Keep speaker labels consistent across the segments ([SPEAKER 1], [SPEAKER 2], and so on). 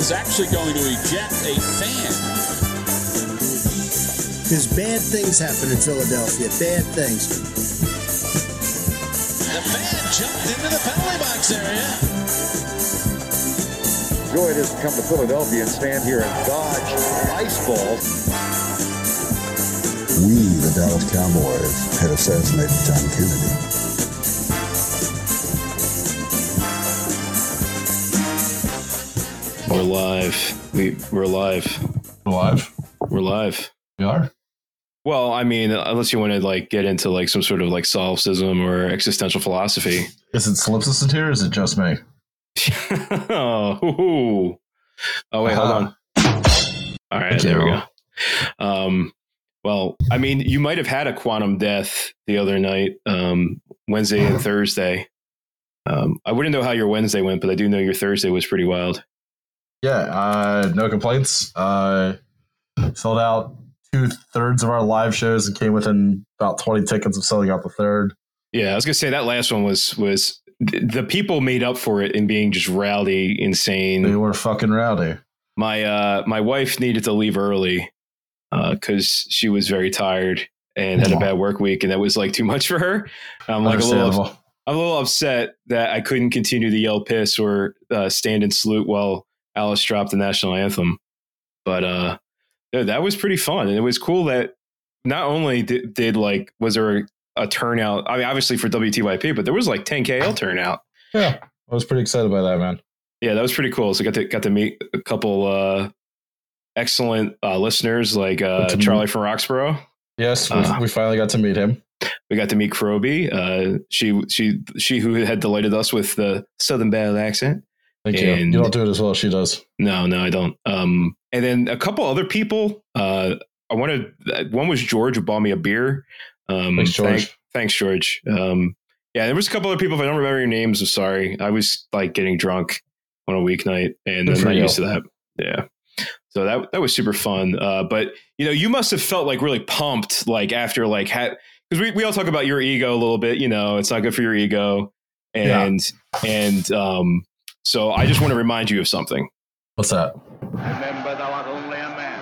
[SPEAKER 1] is actually going to eject a fan.
[SPEAKER 2] Because bad things happen in Philadelphia. Bad things.
[SPEAKER 1] The fan jumped into the penalty box area.
[SPEAKER 3] Joy it is to come to Philadelphia and stand here and dodge ice balls.
[SPEAKER 4] We, the Dallas Cowboys, had assassinated John Kennedy.
[SPEAKER 5] We're live. We we're live.
[SPEAKER 6] Alive?
[SPEAKER 5] We're live.
[SPEAKER 6] We are?
[SPEAKER 5] Well, I mean, unless you want to like get into like some sort of like solipsism or existential philosophy.
[SPEAKER 6] Is it solipsistic here or is it just me?
[SPEAKER 5] oh, hoo-hoo. oh wait,
[SPEAKER 6] Uh-huh. Uh,
[SPEAKER 5] hold on. All right, there we go. Um, well, I mean, you might have had a quantum death the other night, um, Wednesday and Thursday. Um, I wouldn't know how your Wednesday went, but I do know your Thursday was pretty wild.
[SPEAKER 6] Yeah, uh, no complaints. Uh, filled out two thirds of our live shows and came within about 20 tickets of selling out the third.
[SPEAKER 5] Yeah, I was gonna say that last one was was th- the people made up for it in being just rowdy, insane.
[SPEAKER 6] They were fucking rowdy.
[SPEAKER 5] my uh my wife needed to leave early because she was very tired and had a bad work week and that was like too much for her i'm like a little
[SPEAKER 6] Understandable.
[SPEAKER 5] i'm a little upset that i couldn't continue to yell piss or uh, stand and salute while alice dropped the national anthem but uh no, that was pretty fun and it was cool that not only did, did like was there a, a turnout i mean obviously for wtyp but there was like 10kl turnout
[SPEAKER 6] Yeah, I was pretty excited by that, man.
[SPEAKER 5] yeah, that was pretty cool. So I got to got to meet a couple uh, excellent uh, listeners like uh,
[SPEAKER 6] Got to
[SPEAKER 5] Charlie from Roxborough.
[SPEAKER 6] Yes, we,
[SPEAKER 5] Uh-huh.
[SPEAKER 6] we finally got to meet him.
[SPEAKER 5] We got to meet Kroby. Uh, she she she who had delighted us with the Southern Belle accent.
[SPEAKER 6] Thank you.
[SPEAKER 5] And-
[SPEAKER 6] You don't do it as well as she does.
[SPEAKER 5] No, no, I don't. Um, and then a couple other people. Uh, I wanted one was George who bought me a beer. Um,
[SPEAKER 6] Thanks, George.
[SPEAKER 5] thank- thanks, George. Um, yeah, there was a couple other people. If I don't remember your names, I'm sorry. I was like getting drunk on a weeknight, and
[SPEAKER 6] Good
[SPEAKER 5] I'm
[SPEAKER 6] for
[SPEAKER 5] not
[SPEAKER 6] you.
[SPEAKER 5] used to that. Yeah. So that that was super fun. Uh, but you know, you must have felt like really pumped, like after like because we we all talk about your ego a little bit. You know, it's not good for your ego,
[SPEAKER 6] Yeah.
[SPEAKER 5] and and um, so I just want to remind you of something.
[SPEAKER 6] What's that?
[SPEAKER 7] Remember, thou art only a man.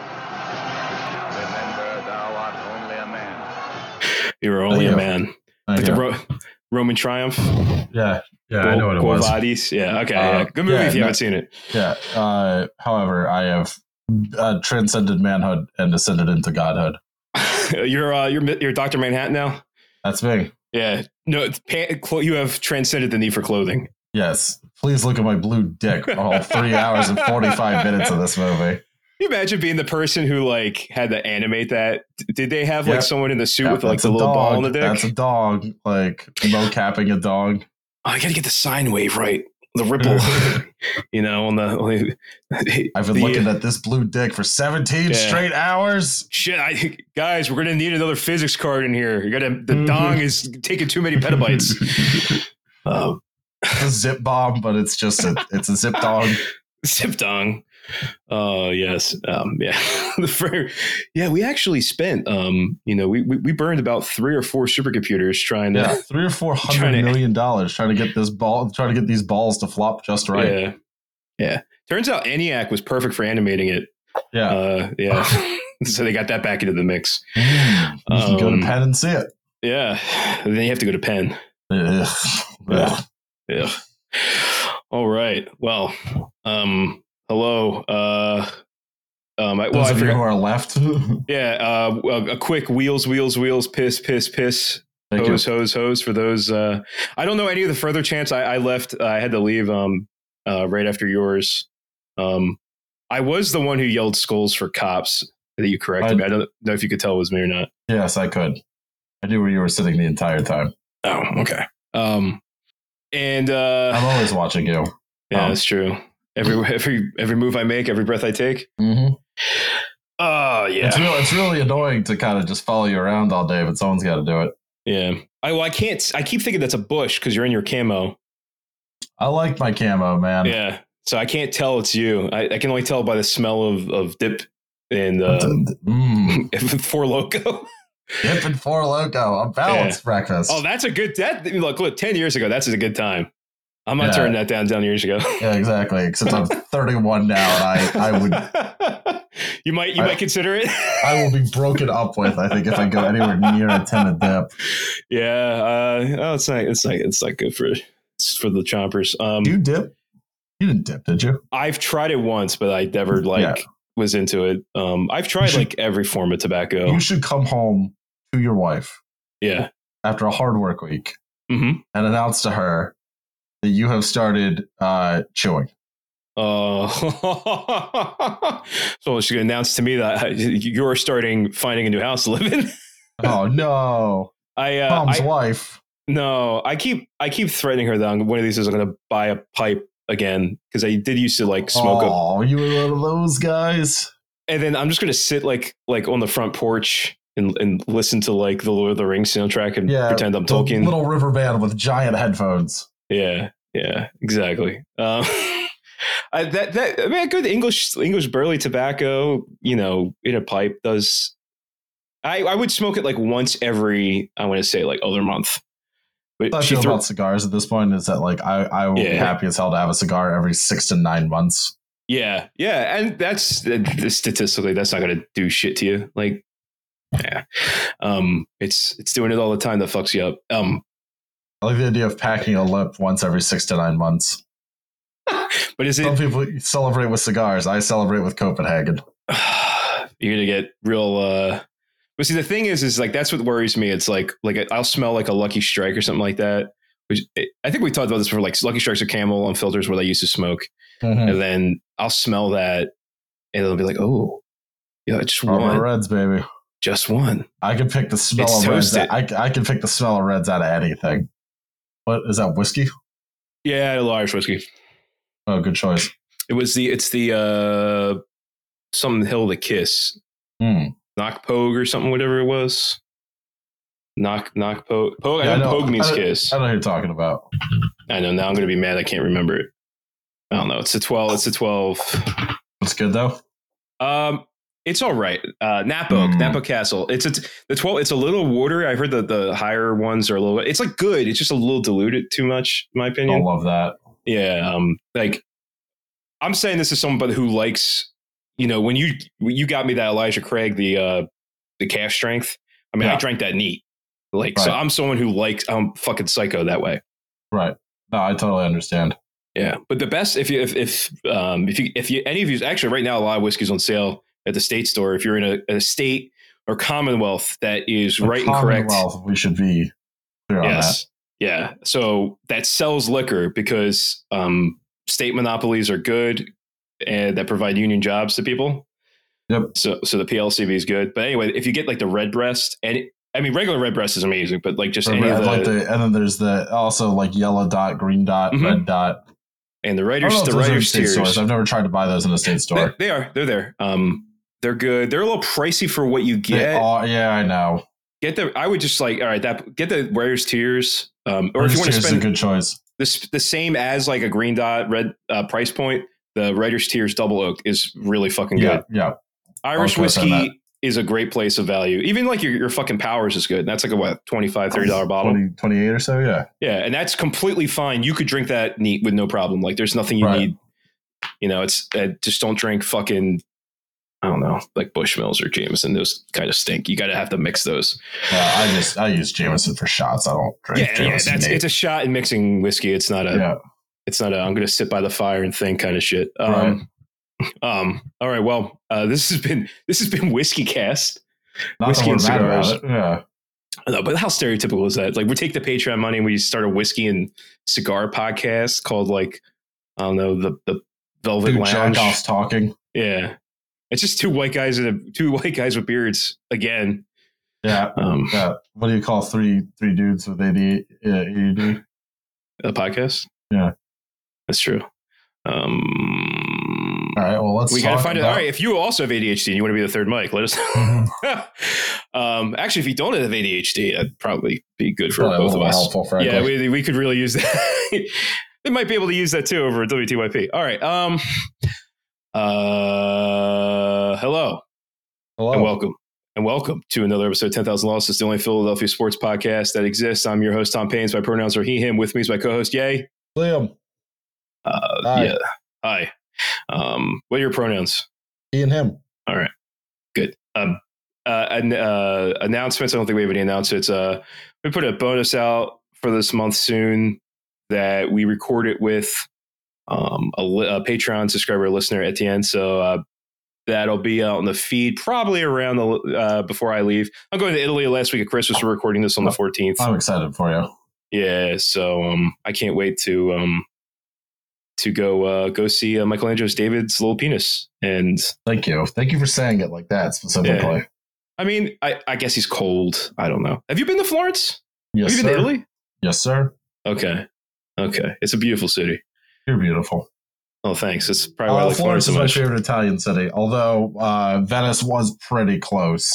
[SPEAKER 7] Remember, thou art only a man.
[SPEAKER 5] You were only
[SPEAKER 6] Yeah.
[SPEAKER 5] a man.
[SPEAKER 6] Thank
[SPEAKER 5] Like the
[SPEAKER 6] you.
[SPEAKER 5] Ro- Roman Triumph.
[SPEAKER 6] yeah, yeah, I know what it was.
[SPEAKER 5] Vadis. Yeah. Okay.
[SPEAKER 6] Uh,
[SPEAKER 5] yeah. Good movie
[SPEAKER 6] yeah,
[SPEAKER 5] if you
[SPEAKER 6] no-
[SPEAKER 5] haven't seen it.
[SPEAKER 6] Yeah. Uh, however, I have uh, transcended manhood and ascended into godhood.
[SPEAKER 5] you're uh, you're you're Doctor Manhattan now.
[SPEAKER 6] That's me.
[SPEAKER 5] Yeah. No. it's pa- clo- you have transcended the need for clothing.
[SPEAKER 6] Yes. Please look at my blue dick for all three hours and 45 minutes of this movie.
[SPEAKER 5] Can you imagine being the person who like had to animate that? D- Did they have like
[SPEAKER 6] Yeah.
[SPEAKER 5] someone in the suit
[SPEAKER 6] Yeah,
[SPEAKER 5] with like
[SPEAKER 6] that's
[SPEAKER 5] the
[SPEAKER 6] a
[SPEAKER 5] little
[SPEAKER 6] dog.
[SPEAKER 5] ball in the dick?
[SPEAKER 6] That's a dog, like mocapping a dog.
[SPEAKER 5] Oh, I gotta get the sine wave right. The ripple. you know, on the. On the
[SPEAKER 6] I've been
[SPEAKER 5] the- uh,
[SPEAKER 6] looking at this blue dick for 17
[SPEAKER 5] Yeah.
[SPEAKER 6] straight hours.
[SPEAKER 5] Shit, I, guys, we're gonna need another physics card in here. You gotta the
[SPEAKER 6] Mhm.
[SPEAKER 5] dong is taking too many petabytes. um,
[SPEAKER 6] It's a zip bomb, but it's just a it's a zip dog.
[SPEAKER 5] Zip dong. Oh yes, um, yeah, The fir- yeah. We actually spent, um, you know, we, we we burned about three or four supercomputers trying
[SPEAKER 6] Yeah.
[SPEAKER 5] to,
[SPEAKER 6] Three or four
[SPEAKER 5] Trying to-
[SPEAKER 6] hundred million dollars trying to get this ball trying to get these balls to flop just
[SPEAKER 5] yeah,
[SPEAKER 6] right.
[SPEAKER 5] yeah, Turns out ENIAC was perfect for animating it.
[SPEAKER 6] Yeah.
[SPEAKER 5] Uh, yeah, so they got that back into the mix.
[SPEAKER 6] Mm. you can go
[SPEAKER 5] Um,
[SPEAKER 6] to Penn and see it.
[SPEAKER 5] Yeah, and then you have to go to Penn.
[SPEAKER 6] Ugh.
[SPEAKER 5] Yeah. Yeah. All right. Well, um, hello. Uh, um, I, well,
[SPEAKER 6] Those
[SPEAKER 5] I
[SPEAKER 6] of you
[SPEAKER 5] forgot.
[SPEAKER 6] who are left. Thank
[SPEAKER 5] Yeah, uh, a- a quick wheels, wheels, wheels, piss, piss, piss.
[SPEAKER 6] you.
[SPEAKER 5] hose, hose, hose for those. Uh, I don't know any of the further chants. I, I left. I had to leave um, uh, right after yours. Um, I was the one who yelled skulls for cops that you corrected
[SPEAKER 6] I-
[SPEAKER 5] me. I don't know if you could tell it was me or not.
[SPEAKER 6] Yes, I could. I knew where you were sitting the entire time.
[SPEAKER 5] Oh, okay. Um, and uh,
[SPEAKER 6] I'm always watching you.
[SPEAKER 5] yeah,
[SPEAKER 6] um,
[SPEAKER 5] that's true. Every every every move I make, every breath I take.
[SPEAKER 6] Mm-hmm.
[SPEAKER 5] Oh yeah,
[SPEAKER 6] It's, real, it's really annoying to kind of just follow you around all day, but someone's got to do it.
[SPEAKER 5] yeah. I well, I can't. I keep thinking that's a bush because you're in your camo.
[SPEAKER 6] I like my camo, man.
[SPEAKER 5] Yeah. So I can't tell it's you. I, I can only tell by the smell of of dip and uh,
[SPEAKER 6] Mm.
[SPEAKER 5] Four Loco.
[SPEAKER 6] Dip and Four Loco, a balanced breakfast.
[SPEAKER 5] Oh, that's a good that look. Look, ten years ago, that's a good time. I'm not
[SPEAKER 6] Yeah.
[SPEAKER 5] turning that down 10 years ago.
[SPEAKER 6] Yeah, exactly. Except I'm 31 now, and I, I would
[SPEAKER 5] you might you
[SPEAKER 6] I-
[SPEAKER 5] might consider it.
[SPEAKER 6] I will be broken up with. I think if I go anywhere near a ten a dip,
[SPEAKER 5] yeah. Uh, oh, it's not. It's not. It's not good for it's for the chompers. Um,
[SPEAKER 6] you dip. You didn't dip, did you?
[SPEAKER 5] I've tried it once, but I never like
[SPEAKER 6] Yeah.
[SPEAKER 5] was into it. Um, I've tried
[SPEAKER 6] should-
[SPEAKER 5] like every form of tobacco.
[SPEAKER 6] You should come home to your wife
[SPEAKER 5] yeah.
[SPEAKER 6] after a hard work week
[SPEAKER 5] hmm
[SPEAKER 6] and announce to her that you have started uh, chewing.
[SPEAKER 5] Uh, so she's gonna announce to me that I- you're starting finding a new house to live in.
[SPEAKER 6] Oh no,
[SPEAKER 5] I, uh,
[SPEAKER 6] mom's
[SPEAKER 5] I
[SPEAKER 6] wife.
[SPEAKER 5] no, I keep I keep threatening her that I'm- one of these is I'm gonna buy a pipe again because I did used to like smoke a
[SPEAKER 6] Oh, you were one of those guys.
[SPEAKER 5] and then I'm just gonna sit like like on the front porch and and listen to like the Lord of the Rings soundtrack and
[SPEAKER 6] Yeah,
[SPEAKER 5] pretend I'm
[SPEAKER 6] The
[SPEAKER 5] Tolkien.
[SPEAKER 6] Little river band with giant headphones.
[SPEAKER 5] yeah, yeah, exactly. Um, I, that that I mean, good English English burley tobacco, you know, in a pipe does. I I would smoke it like once every I want to say like other month.
[SPEAKER 6] How I
[SPEAKER 5] But she
[SPEAKER 6] feel
[SPEAKER 5] threw,
[SPEAKER 6] about cigars at this point is that like I, I will be
[SPEAKER 5] Yeah.
[SPEAKER 6] happy as hell to have a cigar every six to nine months.
[SPEAKER 5] yeah, yeah, and that's uh, statistically that's not gonna do shit to you. Like, yeah, um, it's it's doing it all the time that fucks you up. Um,
[SPEAKER 6] I like the idea of packing a lip once every six to nine months.
[SPEAKER 5] But is
[SPEAKER 6] Some
[SPEAKER 5] it
[SPEAKER 6] people celebrate with cigars. I celebrate with Copenhagen.
[SPEAKER 5] you're gonna get real? uh But see, the thing is, is like that's what worries me. It's like like I'll smell like a Lucky Strike or something like that. Which I think we talked about this before. Like Lucky Strikes or Camel on filters where they used to smoke,
[SPEAKER 6] Hmm.
[SPEAKER 5] and then I'll smell that, and it'll be like, oh, yeah, just
[SPEAKER 6] Rubber
[SPEAKER 5] one,
[SPEAKER 6] Reds, baby.
[SPEAKER 5] just one.
[SPEAKER 6] I can pick the smell
[SPEAKER 5] It's
[SPEAKER 6] of
[SPEAKER 5] toasted.
[SPEAKER 6] reds. I, I can pick the smell of reds out of anything. What is that whiskey?
[SPEAKER 5] Yeah, a little Irish whiskey.
[SPEAKER 6] Oh, good choice.
[SPEAKER 5] It was the it's the uh some hill to kiss,
[SPEAKER 6] Hmm.
[SPEAKER 5] knock pogue or something, whatever it was. Knock knock pogue. pogue
[SPEAKER 6] Yeah,
[SPEAKER 5] I
[SPEAKER 6] I
[SPEAKER 5] know
[SPEAKER 6] know.
[SPEAKER 5] pogue means
[SPEAKER 6] I-
[SPEAKER 5] kiss.
[SPEAKER 6] I know who you're talking about.
[SPEAKER 5] I know now I'm gonna be mad I can't remember it. I don't know. It's a twelve. It's a twelve.
[SPEAKER 6] It's good though.
[SPEAKER 5] Um, it's all right. Uh, Napa Oak,
[SPEAKER 6] Hmm.
[SPEAKER 5] Napa Castle. It's it's the twelve. It's a little watery. I heard that the higher ones are a little. It's like good. It's just a little diluted too much, in my
[SPEAKER 6] I
[SPEAKER 5] opinion.
[SPEAKER 6] love that.
[SPEAKER 5] Yeah. Um. Like, I'm saying this is someone who likes. You know, when you you got me that Elijah Craig the uh the calf strength. I mean, I
[SPEAKER 6] Yeah.
[SPEAKER 5] drank that neat. Like, so
[SPEAKER 6] Right.
[SPEAKER 5] I'm someone who likes. I'm fucking psycho that way.
[SPEAKER 6] Right. No, I totally understand.
[SPEAKER 5] Yeah, but the best if you if if um if you if you any of you actually right now a lot of whiskey's on sale at the state store. If you're in a, a state or commonwealth that is
[SPEAKER 6] The
[SPEAKER 5] right and correct,
[SPEAKER 6] Commonwealth, We should be clear
[SPEAKER 5] yes, yeah. So that sells liquor because um state monopolies are good and that provide union jobs to people.
[SPEAKER 6] Yep.
[SPEAKER 5] So so the PLCB is good, but anyway, if you get like the red breast and I mean regular red breast is amazing, but like just
[SPEAKER 6] on
[SPEAKER 5] any
[SPEAKER 6] that.
[SPEAKER 5] of
[SPEAKER 6] Or
[SPEAKER 5] the,
[SPEAKER 6] like the- and then there's the also like yellow dot, green dot,
[SPEAKER 5] Mhm.
[SPEAKER 6] red dot.
[SPEAKER 5] and the
[SPEAKER 6] I don't
[SPEAKER 5] writers
[SPEAKER 6] know if
[SPEAKER 5] the
[SPEAKER 6] those are in
[SPEAKER 5] writers
[SPEAKER 6] state
[SPEAKER 5] tiers.
[SPEAKER 6] stores. I've never tried to buy those in a state
[SPEAKER 5] They,
[SPEAKER 6] store.
[SPEAKER 5] they are. They're there. Um, they're good. They're a little pricey for what you
[SPEAKER 6] They
[SPEAKER 5] get.
[SPEAKER 6] are- yeah, I know.
[SPEAKER 5] get the. I would just like all right. That get the Warriors tiers. Um, or if you want to
[SPEAKER 6] Rooster's
[SPEAKER 5] spend
[SPEAKER 6] a good choice.
[SPEAKER 5] this the same as like a green dot red uh, price point, the Raiders tiers double oak is really fucking
[SPEAKER 6] Yeah,
[SPEAKER 5] good.
[SPEAKER 6] yeah.
[SPEAKER 5] Irish
[SPEAKER 6] I'll co-sign that.
[SPEAKER 5] whiskey is a great place of value. Even like your, your fucking powers is good. And that's like a what 25 30 dollar bottle.
[SPEAKER 6] 20 28 or so, yeah.
[SPEAKER 5] Yeah, and that's completely fine. You could drink that neat with no problem. Like, there's nothing you
[SPEAKER 6] Right.
[SPEAKER 5] need. You know, it's uh, just don't drink fucking. I don't know, like Bushmills or Jameson. Those kind of stink. You got to have to mix those.
[SPEAKER 6] Yeah, I just I use Jameson for shots. I don't drink
[SPEAKER 5] yeah, yeah.
[SPEAKER 6] Jameson.
[SPEAKER 5] That's
[SPEAKER 6] Nate.
[SPEAKER 5] it's a shot in mixing whiskey. It's not a.
[SPEAKER 6] yeah.
[SPEAKER 5] It's not a. I'm going to sit by the fire and think kind of shit. Um, um. All right. Well, uh, this has been this has been whiskey cast.
[SPEAKER 6] Not
[SPEAKER 5] whiskey
[SPEAKER 6] that we're
[SPEAKER 5] and
[SPEAKER 6] mad about
[SPEAKER 5] cigars.
[SPEAKER 6] it. Yeah.
[SPEAKER 5] No, but how stereotypical is that? Like, we take the Patreon money and we start a whiskey and cigar podcast called like I don't know the the Velvet
[SPEAKER 6] Two
[SPEAKER 5] Lounge.
[SPEAKER 6] jackoffs talking.
[SPEAKER 5] Yeah, it's just two white guys and a, two white guys with beards again.
[SPEAKER 6] Yeah.
[SPEAKER 5] Um,
[SPEAKER 6] Yeah. What do you call three three dudes with AD, uh, ADD?
[SPEAKER 5] a podcast.
[SPEAKER 6] Yeah.
[SPEAKER 5] that's true. Um,
[SPEAKER 6] All right. Well, let's
[SPEAKER 5] we got to
[SPEAKER 6] talk
[SPEAKER 5] find out.
[SPEAKER 6] about-
[SPEAKER 5] All right, if you also have ADHD and you want to be the third mic, let us.
[SPEAKER 6] Mhm.
[SPEAKER 5] um, actually, if you don't have ADHD, that'd probably be good for
[SPEAKER 6] Probably a
[SPEAKER 5] both of
[SPEAKER 6] little
[SPEAKER 5] us.
[SPEAKER 6] helpful, frankly.
[SPEAKER 5] Yeah, we, we could really use that. they might be able to use that too over at WTYP. All right. Um. Uh. Hello
[SPEAKER 6] Hello.
[SPEAKER 5] and welcome. And welcome to another episode of 10,000 Losses, the only Philadelphia sports podcast that exists. I'm your host, Tom Paynes. My pronouns are he, him. With me is my co host, Yay.
[SPEAKER 6] Liam,
[SPEAKER 5] Uh,
[SPEAKER 6] Hi.
[SPEAKER 5] Yeah. Hi. Um, what are your pronouns?
[SPEAKER 6] he and him.
[SPEAKER 5] Good. Um, uh, and, uh, announcements. I don't think we have any announcements. Uh, we put a bonus out for this month soon that we record it with um, a, li- a Patreon subscriber listener at the end. So uh, that'll be out on the feed probably around the uh, before I leave. I'm going to Italy last week at Christmas. We're recording this on the 14th.
[SPEAKER 6] I'm excited for you.
[SPEAKER 5] Yeah, so um, I can't wait to um, to go uh, go see uh, Michelangelo's David's Little Penis. And
[SPEAKER 6] Thank you. Thank you for saying it like that specifically.
[SPEAKER 5] I mean, I, I guess he's cold. I don't know. Have you been to Florence?
[SPEAKER 6] Yes,
[SPEAKER 5] Have you
[SPEAKER 6] sir.
[SPEAKER 5] been to Italy?
[SPEAKER 6] Yes, sir.
[SPEAKER 5] Okay, okay. It's a beautiful city.
[SPEAKER 6] You're beautiful.
[SPEAKER 5] Oh, thanks. That's probably why I
[SPEAKER 6] Uh,
[SPEAKER 5] like Florence
[SPEAKER 6] Florence
[SPEAKER 5] so
[SPEAKER 6] is my
[SPEAKER 5] much.
[SPEAKER 6] favorite Italian city, although uh, Venice was pretty close.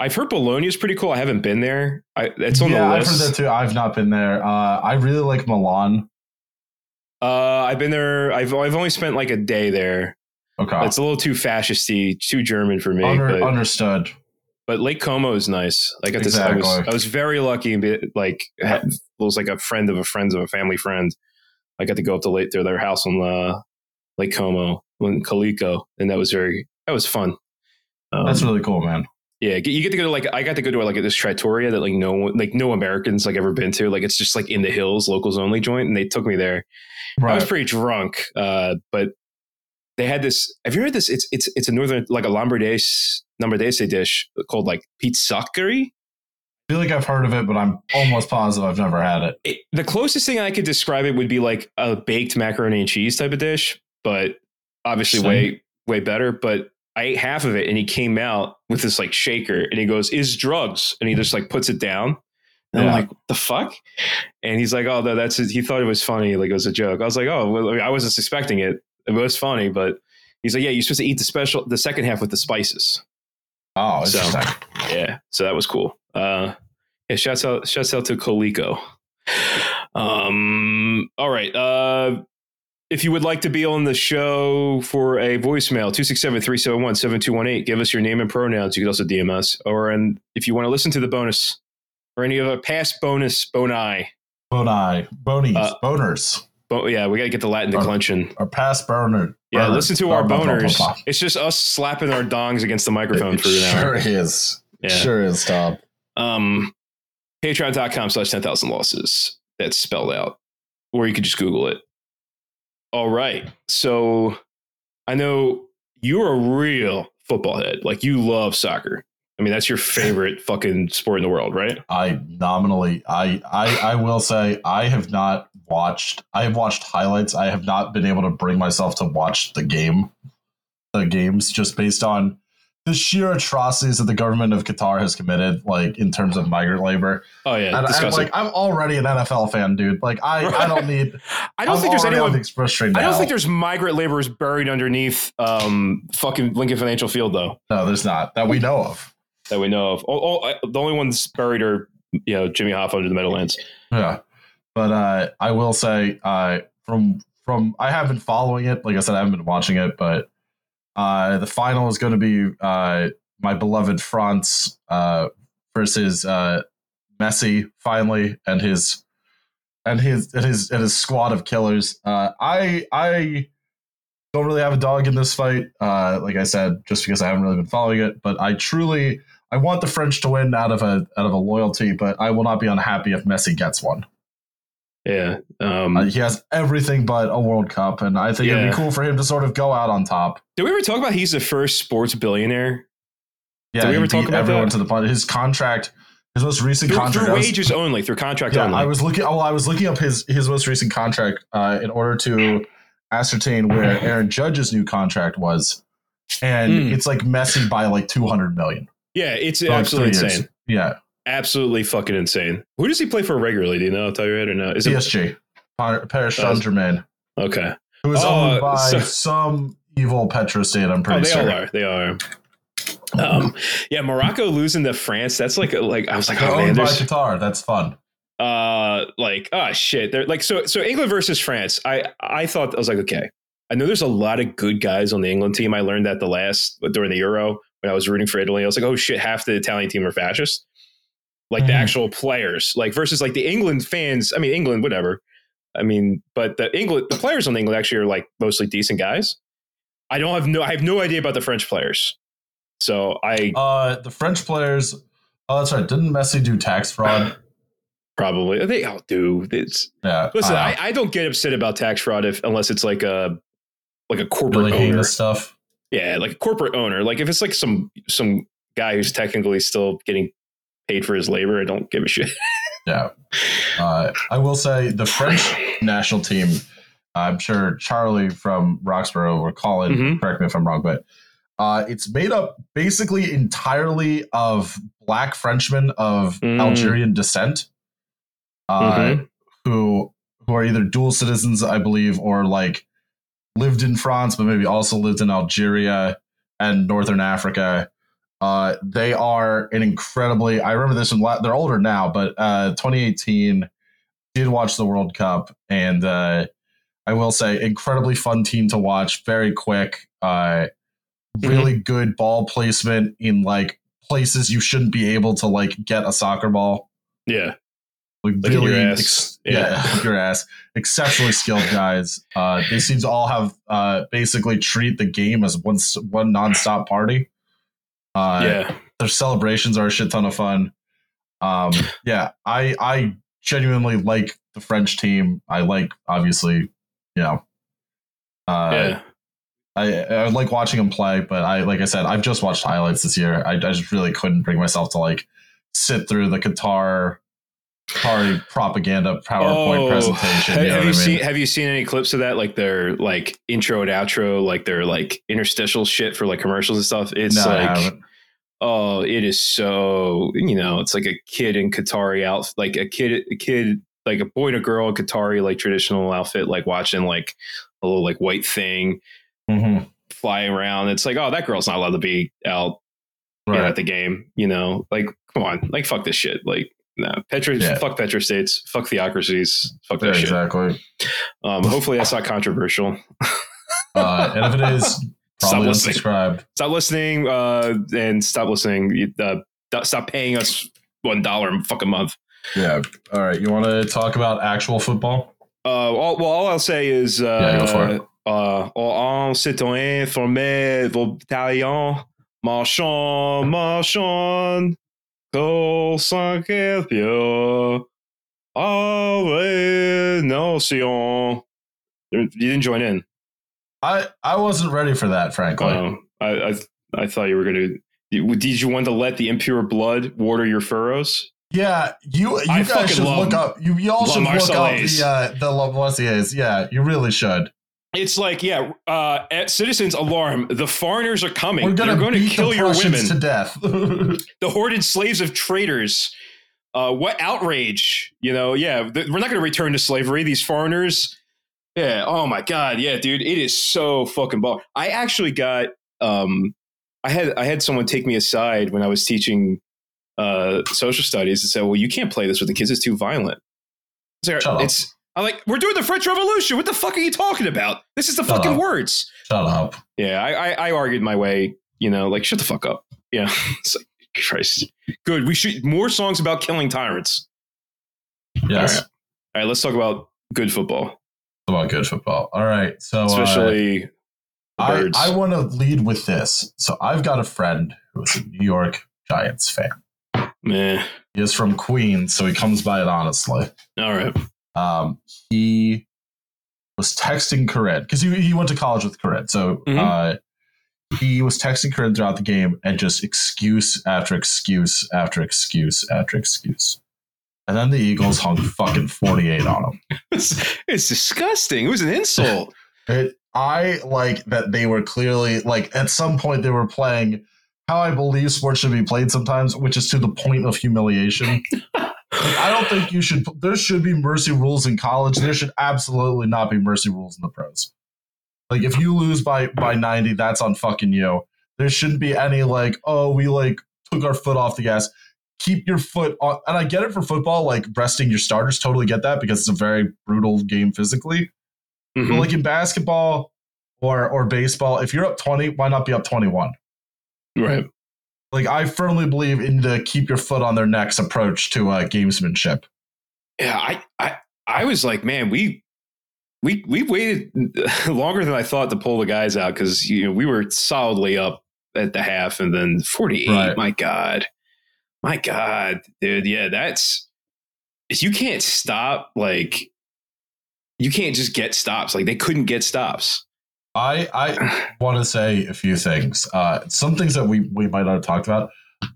[SPEAKER 5] I've heard Bologna is pretty cool. I haven't been there. I, it's on
[SPEAKER 6] yeah,
[SPEAKER 5] the
[SPEAKER 6] I've heard that
[SPEAKER 5] list.
[SPEAKER 6] too. I've not been there. Uh, I really like Milan.
[SPEAKER 5] uh, I've been there. I've I've only spent like a day there.
[SPEAKER 6] Okay,
[SPEAKER 5] It's a little too fascisty, too German for me.
[SPEAKER 6] Under,
[SPEAKER 5] but-
[SPEAKER 6] understood.
[SPEAKER 5] but Lake Como is nice. Like at this, I was
[SPEAKER 6] Exactly.
[SPEAKER 5] I was very lucky and be, like had, it was like a friend of a friend's of a family friend. I got to go up to late their their house on uh, Lake Como in Calico, and that was very that was fun. Um,
[SPEAKER 6] That's really cool, man.
[SPEAKER 5] yeah. get- You get to go to like I got to go to like this trattoria that like no one like no Americans like ever been to. Like it's just like in the hills, locals only joint, and they took me there. I was
[SPEAKER 6] Right.
[SPEAKER 5] pretty drunk, uh, but they had this. Have you heard this? It's it's it's a northern like a Lombardese Lombardese dish called like pizzoccheri.
[SPEAKER 6] I feel like I've heard of it, but I'm almost positive I've never had it.
[SPEAKER 5] it, the closest thing I could describe it would be like a baked macaroni and cheese type of dish, but obviously way way better. But I ate half of it, and he came out with this like shaker, and he goes, "Is drugs?" And he just like puts it down. And
[SPEAKER 6] Yeah.
[SPEAKER 5] I'm like, the fuck? And he's like, oh, no, that's it. He thought it was funny. Like it was a joke. I was like, oh, well, I mean, I wasn't expecting it. It was funny, but he's like, yeah, you're supposed to eat the special, the second half with the spices.
[SPEAKER 6] Oh,
[SPEAKER 5] So-
[SPEAKER 6] interesting.
[SPEAKER 5] Yeah. So that was cool. Uh, yeah. Shouts out, shouts out to Coleco. Um, all right. Uh, if you would like to be on the show for a voicemail, 267 371 7218, give us your name and pronouns. You can also DM us. Or and if you want to listen to the bonus or any of our past bonus, boni.
[SPEAKER 6] Boni, bonies,
[SPEAKER 5] Uh,
[SPEAKER 6] boners,
[SPEAKER 5] Bo- yeah, we got to get the Latin
[SPEAKER 6] Oh.
[SPEAKER 5] declension.
[SPEAKER 6] or past burner.
[SPEAKER 5] Yeah,
[SPEAKER 6] burner.
[SPEAKER 5] listen to our
[SPEAKER 6] Blah, blah, blah,
[SPEAKER 5] boners.
[SPEAKER 6] blah, blah.
[SPEAKER 5] It's just us slapping our dongs against the microphone
[SPEAKER 6] It
[SPEAKER 5] for an hour.
[SPEAKER 6] sure is.
[SPEAKER 5] Yeah.
[SPEAKER 6] Sure is, Tom.
[SPEAKER 5] um, patreon.com slash 10,000 losses. That's spelled out. Or you could just Google it. All right. So I know you're a real football head. Like you love soccer. I mean, that's your favorite fucking sport in the world, right?
[SPEAKER 6] I nominally, I, I, I will say, I have not watched. I have watched highlights. I have not been able to bring myself to watch the game, the games, just based on the sheer atrocities that the government of Qatar has committed, like in terms of migrant labor.
[SPEAKER 5] Oh, yeah.
[SPEAKER 6] and I'm
[SPEAKER 5] disgusting.
[SPEAKER 6] like, I'm already an NFL fan, dude. Like, I, I don't need.
[SPEAKER 5] I don't
[SPEAKER 6] I'm
[SPEAKER 5] think there's
[SPEAKER 6] already on
[SPEAKER 5] anyone.
[SPEAKER 6] the express train
[SPEAKER 5] I don't
[SPEAKER 6] now.
[SPEAKER 5] think there's migrant laborers buried underneath um, fucking Lincoln Financial Field, though,
[SPEAKER 6] no, there's not that we know of.
[SPEAKER 5] that we know of. Oh, oh, I- the only ones buried are, you know, Jimmy Hoffa under the Meadowlands.
[SPEAKER 6] Yeah, but uh, I will say uh, from from I have been following it. Like I said, I haven't been watching it, but uh, the final is going to be uh, my beloved France uh, versus uh, Messi finally and his and his and his and his squad of killers. Uh, I I don't really have a dog in this fight. Uh, like I said, just because I haven't really been following it, but I truly. I want the French to win out of a out of a loyalty, but I will not be unhappy if Messi gets one.
[SPEAKER 5] Yeah. Um,
[SPEAKER 6] Uh, he has everything but a World Cup, and I think it'd
[SPEAKER 5] Yeah.
[SPEAKER 6] be cool for him to sort of go out on top.
[SPEAKER 5] Did we ever talk about he's the first sports billionaire?
[SPEAKER 6] Yeah,
[SPEAKER 5] we
[SPEAKER 6] he
[SPEAKER 5] ever talk
[SPEAKER 6] beat
[SPEAKER 5] about
[SPEAKER 6] everyone
[SPEAKER 5] that?
[SPEAKER 6] to the point. His contract, his most recent
[SPEAKER 5] Through,
[SPEAKER 6] contract,
[SPEAKER 5] through
[SPEAKER 6] I was-
[SPEAKER 5] wages only, through contract
[SPEAKER 6] yeah,
[SPEAKER 5] only.
[SPEAKER 6] I was looking. Oh, I was looking up his his most recent contract uh, in order to ascertain where Aaron Judge's new contract was, and
[SPEAKER 5] Mm.
[SPEAKER 6] it's like Messi by like two hundred million.
[SPEAKER 5] yeah, it's
[SPEAKER 6] for, like,
[SPEAKER 5] absolutely
[SPEAKER 6] three
[SPEAKER 5] insane.
[SPEAKER 6] years. Yeah,
[SPEAKER 5] Absolutely fucking insane. Who does he play for regularly? Do you know? I'll tell you right or no? Is it
[SPEAKER 6] PSG, Par- Paris
[SPEAKER 5] Uh,
[SPEAKER 6] Saint Germain,
[SPEAKER 5] okay?
[SPEAKER 6] who is
[SPEAKER 5] oh,
[SPEAKER 6] owned by
[SPEAKER 5] so-
[SPEAKER 6] some evil petrostate. I'm
[SPEAKER 5] Oh,
[SPEAKER 6] pretty
[SPEAKER 5] they
[SPEAKER 6] sure.
[SPEAKER 5] all are. They are. Um, yeah, Morocco losing to France. That's like like I was like,
[SPEAKER 6] They're
[SPEAKER 5] oh man,
[SPEAKER 6] owned by
[SPEAKER 5] there's
[SPEAKER 6] Qatar. That's fun.
[SPEAKER 5] uh like oh shit. They're like so so England versus France. I I thought I was like okay. I know there's a lot of good guys on the England team. I learned that the last during the Euro when I was rooting for Italy. I was like, oh shit, half the Italian team are fascist. Like the
[SPEAKER 6] Mhm.
[SPEAKER 5] actual players, like versus like the England fans. I mean, England, whatever. I mean, but the England, the players on England actually are like mostly decent guys. I don't have no, I have no idea about the French players. So I
[SPEAKER 6] Uh, the French players. Oh, that's right. Didn't Messi do tax fraud?
[SPEAKER 5] probably they all do. It's
[SPEAKER 6] Yeah.
[SPEAKER 5] listen.
[SPEAKER 6] uh,
[SPEAKER 5] I, I don't get upset about tax fraud if unless it's like a like a corporate
[SPEAKER 6] really
[SPEAKER 5] owner.
[SPEAKER 6] heinous stuff.
[SPEAKER 5] Yeah, like a corporate owner. Like if it's like some some guy who's technically still getting paid for his labor, I don't give a shit.
[SPEAKER 6] Yeah. Uh, I will say the French national team, I'm sure Charlie from Roxborough or Colin,
[SPEAKER 5] Mhm.
[SPEAKER 6] correct me if I'm wrong, but uh, it's made up basically entirely of black Frenchmen of
[SPEAKER 5] Mm.
[SPEAKER 6] Algerian descent uh,
[SPEAKER 5] Mhm.
[SPEAKER 6] who who are either dual citizens, I believe, or like lived in France, but maybe also lived in Algeria and Northern Africa. Uh, they are an incredibly. I remember this. In la- they're older now, but uh, 2018 did watch the World Cup, and uh, I will say, incredibly fun team to watch. Very quick. Uh, really good ball placement in like places you shouldn't be able to like get a soccer ball
[SPEAKER 5] Yeah,
[SPEAKER 6] like
[SPEAKER 5] Like in
[SPEAKER 6] really
[SPEAKER 5] your ass.
[SPEAKER 6] ex-
[SPEAKER 5] Yeah.
[SPEAKER 6] yeah, like your ass exceptionally skilled guys uh they seem to all have uh basically treat the game as one s- one non-stop party uh
[SPEAKER 5] yeah.
[SPEAKER 6] their celebrations are a shit ton of fun um yeah i i genuinely like the french team i like obviously you know uh
[SPEAKER 5] yeah.
[SPEAKER 6] I, I like watching him play, but I like I said, I've just watched highlights this year. I, I just really couldn't bring myself to like sit through the Qatar Qatari propaganda PowerPoint presentation.
[SPEAKER 5] Have,
[SPEAKER 6] you know
[SPEAKER 5] Oh, have
[SPEAKER 6] what
[SPEAKER 5] you
[SPEAKER 6] I mean?
[SPEAKER 5] seen have you seen any clips of that? Like their like intro and outro, like their like interstitial shit for like commercials and stuff. It's
[SPEAKER 6] No, I
[SPEAKER 5] like
[SPEAKER 6] haven't.
[SPEAKER 5] oh, it is so you know, it's like a kid in Qatari out like a kid a kid like a boy and a girl in Qatari like traditional outfit, like watching like a little like white thing
[SPEAKER 6] Mhm.
[SPEAKER 5] fly around. It's like, oh that girl's not allowed to be out you know,
[SPEAKER 6] right?
[SPEAKER 5] at the game. You know, like come on, like fuck this shit. Like no, Petra,
[SPEAKER 6] Yeah.
[SPEAKER 5] fuck Petra states, fuck theocracies, fuck that
[SPEAKER 6] Yeah,
[SPEAKER 5] shit.
[SPEAKER 6] exactly.
[SPEAKER 5] Um, hopefully that's not controversial.
[SPEAKER 6] Uh, and if it is,
[SPEAKER 5] Stop
[SPEAKER 6] probably
[SPEAKER 5] listening.
[SPEAKER 6] unsubscribe.
[SPEAKER 5] Stop listening uh, and stop listening. You, Uh, do- stop paying us one dollar a fucking month.
[SPEAKER 6] Yeah. All right. You want to talk about actual football?
[SPEAKER 5] Uh, all, well, all I'll say is, uh,
[SPEAKER 6] Yeah, go for it.
[SPEAKER 5] uh, all en citoyen formé vos battalions, marchons, marchons, col sacrifice, ave nation. You didn't join in.
[SPEAKER 6] I I wasn't ready for that, frankly.
[SPEAKER 5] Oh, I, I I thought you were gonna. Did you want to let the impure blood water your furrows?
[SPEAKER 6] Yeah, you you
[SPEAKER 5] I
[SPEAKER 6] guys
[SPEAKER 5] fucking
[SPEAKER 6] should
[SPEAKER 5] love-
[SPEAKER 6] look up. You, you all
[SPEAKER 5] love
[SPEAKER 6] should look up
[SPEAKER 5] Marseillaise.
[SPEAKER 6] the uh, the La Boissier's. Yeah, you really should.
[SPEAKER 5] It's like, yeah, uh, at citizens alarm! The foreigners are coming.
[SPEAKER 6] We're gonna,
[SPEAKER 5] You're going to
[SPEAKER 6] beat
[SPEAKER 5] kill
[SPEAKER 6] the
[SPEAKER 5] your
[SPEAKER 6] Prussians
[SPEAKER 5] women.
[SPEAKER 6] to death.
[SPEAKER 5] the hoarded slaves of traitors. Uh, what outrage! You know, yeah, th- we're not going to return to slavery. These foreigners. Yeah. Oh my god. Yeah, dude, it is so fucking ball. I actually got. Um, I had I had someone take me aside when I was teaching uh, social studies and said, "Well, you can't play this with the kids. It's too violent." It's like,
[SPEAKER 6] Shut up.
[SPEAKER 5] it's- I'm like, we're doing the French Revolution. What the fuck are you talking about? This is the
[SPEAKER 6] Shut
[SPEAKER 5] fucking
[SPEAKER 6] up.
[SPEAKER 5] words.
[SPEAKER 6] Shut up.
[SPEAKER 5] Yeah, I, I I argued my way, you know, like shut the fuck up. Yeah. It's like Christ. Good. We should more songs about killing tyrants. All
[SPEAKER 6] Yes.
[SPEAKER 5] right. All right, let's talk about good football.
[SPEAKER 6] About good football. All right. So, uh,
[SPEAKER 5] Especially
[SPEAKER 6] I,
[SPEAKER 5] birds.
[SPEAKER 6] I want to lead with this. So, I've got a friend who is a New York Giants fan.
[SPEAKER 5] meh.
[SPEAKER 6] He is from Queens, so he comes by it honestly.
[SPEAKER 5] All right.
[SPEAKER 6] Um, he was texting Corinne because he, he went to college with Corinne. So,
[SPEAKER 5] Mm-hmm.
[SPEAKER 6] uh, he was texting Corinne throughout the game and just excuse after excuse after excuse after excuse. And then the Eagles hung fucking 48 on him.
[SPEAKER 5] It's, it's disgusting. It was an insult.
[SPEAKER 6] It, I like that they were clearly like at some point they were playing how I believe sports should be played sometimes, which is to the point of humiliation. Like, I don't think you should. There should be mercy rules in college. There should absolutely not be mercy rules in the pros. Like if you lose by by ninety, that's on fucking you. There shouldn't be any like, oh, we like took our foot off the gas. Keep your foot on, and I get it for football, like resting your starters. Totally get that because it's a very brutal game physically.
[SPEAKER 5] Mhm.
[SPEAKER 6] But like in basketball or or baseball, if you're up 20, why not be up 21?
[SPEAKER 5] Right.
[SPEAKER 6] Like I firmly believe in the keep your foot on their necks approach to uh, gamesmanship.
[SPEAKER 5] Yeah, I I I I was like, man, we we we waited longer than I thought to pull the guys out because you know we were solidly up at the half, and then forty eight.
[SPEAKER 6] Right.
[SPEAKER 5] My God, my God, dude, yeah, that's if you can't stop like you can't just get stops. Like they couldn't get stops.
[SPEAKER 6] I I want to say a few things. Uh, some things that we we might not have talked about.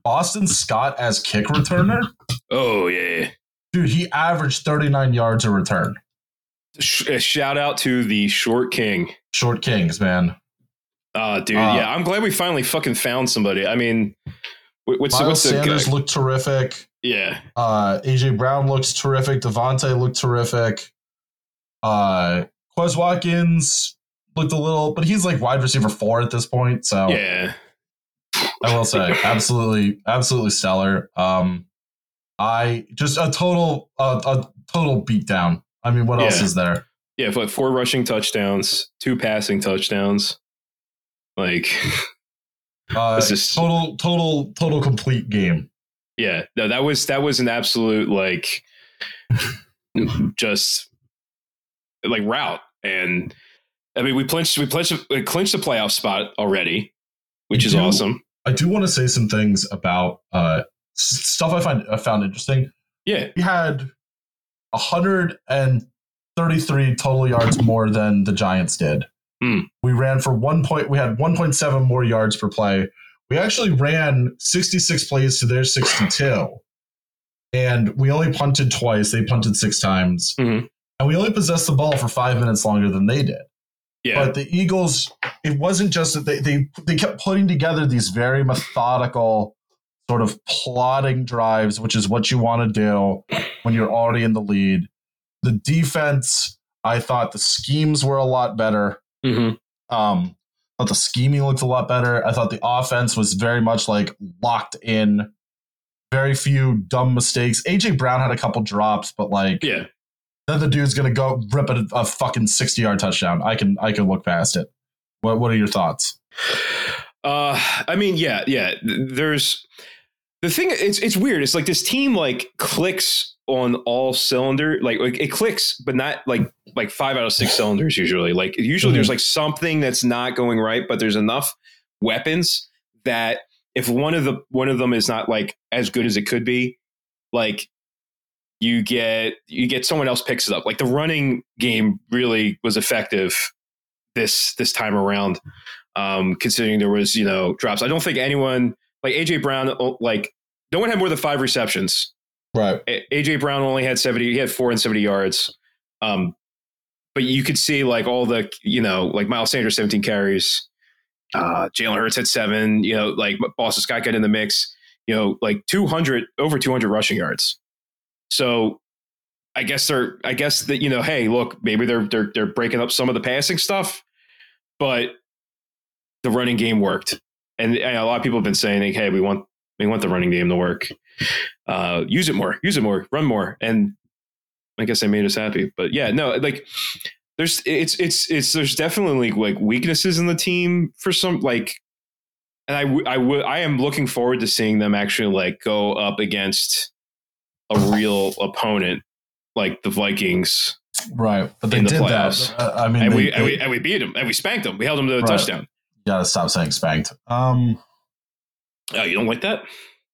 [SPEAKER 6] Austin Scott as kick returner,
[SPEAKER 5] Oh yeah.
[SPEAKER 6] dude, he averaged 39 yards a return.
[SPEAKER 5] Sh- uh, shout out to the short king.
[SPEAKER 6] Short Kings, man.
[SPEAKER 5] Uh dude,
[SPEAKER 6] Uh,
[SPEAKER 5] yeah, I'm glad we finally fucking found somebody. I mean, wh- what's the,
[SPEAKER 6] Miles
[SPEAKER 5] what's the
[SPEAKER 6] Sanders
[SPEAKER 5] guy?
[SPEAKER 6] looked terrific.
[SPEAKER 5] yeah,
[SPEAKER 6] Uh, AJ Brown looks terrific. Devontae looked terrific. Uh, Quez Watkins looked a little, but he's like wide receiver four at this point. So
[SPEAKER 5] yeah,
[SPEAKER 6] I will say, absolutely, absolutely stellar. Um, I just a total, uh, a total beatdown. I mean, what else
[SPEAKER 5] Yeah.
[SPEAKER 6] is there?
[SPEAKER 5] yeah. But four rushing touchdowns, two passing touchdowns. Like,
[SPEAKER 6] Uh,
[SPEAKER 5] This is-
[SPEAKER 6] total, total, total complete game.
[SPEAKER 5] yeah, no, that was that was an absolute like, just like route. And I mean, we clinched we clinched we clinched the playoff spot already, which is
[SPEAKER 6] You-
[SPEAKER 5] awesome.
[SPEAKER 6] I do want to say some things about uh, s- stuff I find I found interesting.
[SPEAKER 5] Yeah,
[SPEAKER 6] we had 133 total yards more than the Giants did.
[SPEAKER 5] Hmm.
[SPEAKER 6] We ran for one point. We had 1.7 more yards per play. We actually ran 66 plays to their 62, and we only punted twice. They punted six times,
[SPEAKER 5] Mhm.
[SPEAKER 6] and we only possessed the ball for five minutes longer than they did.
[SPEAKER 5] yeah,
[SPEAKER 6] But the Eagles, it wasn't just that they they they kept putting together these very methodical sort of plotting drives, which is what you want to do when you're already in the lead. The defense, I thought the schemes were a lot better.
[SPEAKER 5] Mhm.
[SPEAKER 6] Um, I thought the scheming looked a lot better. I thought the offense was very much like locked in. Very few dumb mistakes. AJ Brown had a couple drops, but like
[SPEAKER 5] yeah,
[SPEAKER 6] then the dude's gonna go rip a, a fucking sixty yard touchdown. I can I can look past it. What What are your thoughts?
[SPEAKER 5] Uh, I mean, yeah, yeah. Th- There's the thing. It's it's weird. It's like this team like clicks on all cylinder. Like, like it clicks, but not like like five out of six cylinders usually. Like usually
[SPEAKER 6] Mhm.
[SPEAKER 5] there's like something that's not going right, but there's enough weapons that if one of the one of them is not like as good as it could be, like you get you get someone else picks it up. Like the running game really was effective this this time around. Um, considering there was you know drops, I don't think anyone like AJ Brown o- like no one had more than five receptions.
[SPEAKER 6] Right.
[SPEAKER 5] A- AJ Brown only had seventy. He had four and seventy yards. Um, but you could see like all the you know like Miles Sanders seventeen carries, uh, Jalen Hurts had seven. You know like Boston Scott got in the mix. You know like two hundred over two hundred rushing yards. So I guess they're I guess that you know hey look maybe they're they're they're breaking up some of the passing stuff, but the running game worked, and, and a lot of people have been saying like, hey we want we want the running game to work, uh, use it more, use it more, run more, and I guess they made us happy. But yeah, no like there's it's it's it's there's definitely like weaknesses in the team for some like. And I w- I w- I am looking forward to seeing them actually like go up against a real opponent like the Vikings,
[SPEAKER 6] Right. But they
[SPEAKER 5] In the
[SPEAKER 6] did
[SPEAKER 5] playoffs.
[SPEAKER 6] that. Uh, I mean,
[SPEAKER 5] and
[SPEAKER 6] they,
[SPEAKER 5] we and
[SPEAKER 6] they-
[SPEAKER 5] we and we beat them, and we spanked them. We held them to a
[SPEAKER 6] Right.
[SPEAKER 5] touchdown.
[SPEAKER 6] gotta stop saying spanked. Um,
[SPEAKER 5] Oh, you don't like that?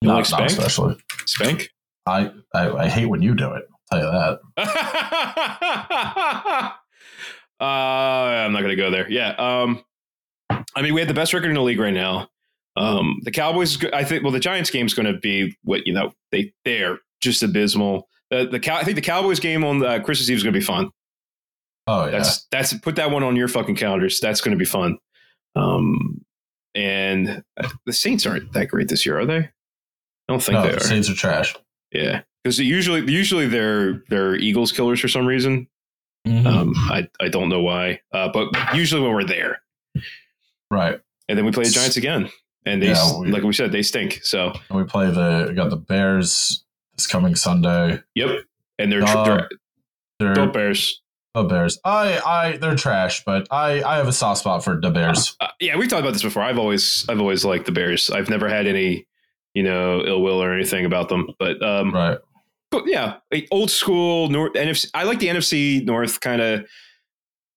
[SPEAKER 5] You
[SPEAKER 6] not,
[SPEAKER 5] like
[SPEAKER 6] not
[SPEAKER 5] spanked?
[SPEAKER 6] especially.
[SPEAKER 5] Spank?
[SPEAKER 6] I, I I hate when you do it. I'll tell you that.
[SPEAKER 5] uh, I'm not gonna go there. Yeah. Um, I mean, we had the best record in the league right now. Um, the Cowboys, is go- I think. Well, the Giants game is going to be what you know. They they're just abysmal. The the Cow- I think the Cowboys game on uh, Christmas Eve is going to be fun.
[SPEAKER 6] Oh yeah.
[SPEAKER 5] That's that's put that one on your fucking calendars. That's going to be fun. Um, and the Saints aren't that great this year, are they? I don't think
[SPEAKER 6] no,
[SPEAKER 5] they are.
[SPEAKER 6] the Saints are trash.
[SPEAKER 5] Yeah, because usually usually they're they're Eagles killers for some reason.
[SPEAKER 6] Hmm.
[SPEAKER 5] Um, I I don't know why, uh, but usually when we're there,
[SPEAKER 6] right.
[SPEAKER 5] and then we play the Giants again, and they
[SPEAKER 6] Yeah,
[SPEAKER 5] s-
[SPEAKER 6] we-
[SPEAKER 5] like we said they stink. So
[SPEAKER 6] And we play the we got the Bears this coming Sunday.
[SPEAKER 5] yep, and they're
[SPEAKER 6] Dog.
[SPEAKER 5] they're,
[SPEAKER 6] They're
[SPEAKER 5] dope Bears.
[SPEAKER 6] the Bears. I I they're trash, but I I have a soft spot for the Bears.
[SPEAKER 5] Uh, yeah, we've talked about this before. I've always I've always liked the Bears. I've never had any you know ill will or anything about them, but um,
[SPEAKER 6] Right.
[SPEAKER 5] But yeah, like old school North NFC. I like the NFC North kind of.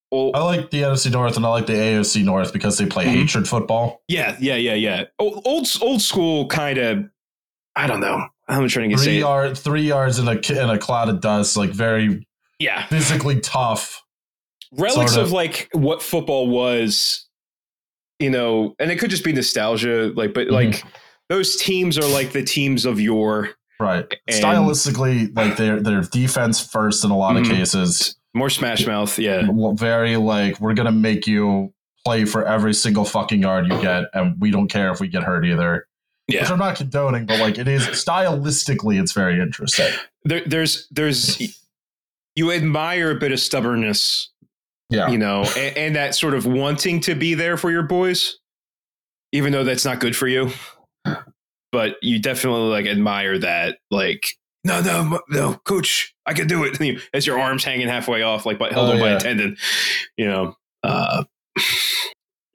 [SPEAKER 5] Old,
[SPEAKER 6] I like the NFC North and I like the AFC North because they play
[SPEAKER 5] Mhm.
[SPEAKER 6] hatred football.
[SPEAKER 5] yeah, yeah, yeah, yeah. Old old, old school kind of. I don't know. I'm trying to
[SPEAKER 6] Three
[SPEAKER 5] say. it.
[SPEAKER 6] yard, three yards in a ki- in a cloud of dust, like very
[SPEAKER 5] Yeah,
[SPEAKER 6] physically tough.
[SPEAKER 5] relics
[SPEAKER 6] Sort
[SPEAKER 5] of.
[SPEAKER 6] of.
[SPEAKER 5] like what football was, you know, and it could just be nostalgia, like, but like those teams are like the teams of your
[SPEAKER 6] Right.
[SPEAKER 5] And-
[SPEAKER 6] Stylistically, like they're they're defense first in a lot
[SPEAKER 5] Mhm.
[SPEAKER 6] of cases.
[SPEAKER 5] more Smash Mouth, yeah,
[SPEAKER 6] Very like we're gonna make you play for every single fucking yard you get, and we don't care if we get hurt either.
[SPEAKER 5] yeah.
[SPEAKER 6] Which I'm not condoning, but like it is stylistically, it's very interesting.
[SPEAKER 5] there, there's there's you admire a bit of stubbornness,
[SPEAKER 6] Yeah.
[SPEAKER 5] you know, and, and that sort of wanting to be there for your boys, even though that's not good for you. But you definitely like admire that, like no, no, m- no, coach, I can do it. And you- As your arms hanging halfway off, like by, held
[SPEAKER 6] Oh,
[SPEAKER 5] on by
[SPEAKER 6] yeah.
[SPEAKER 5] a tendon, you know, uh,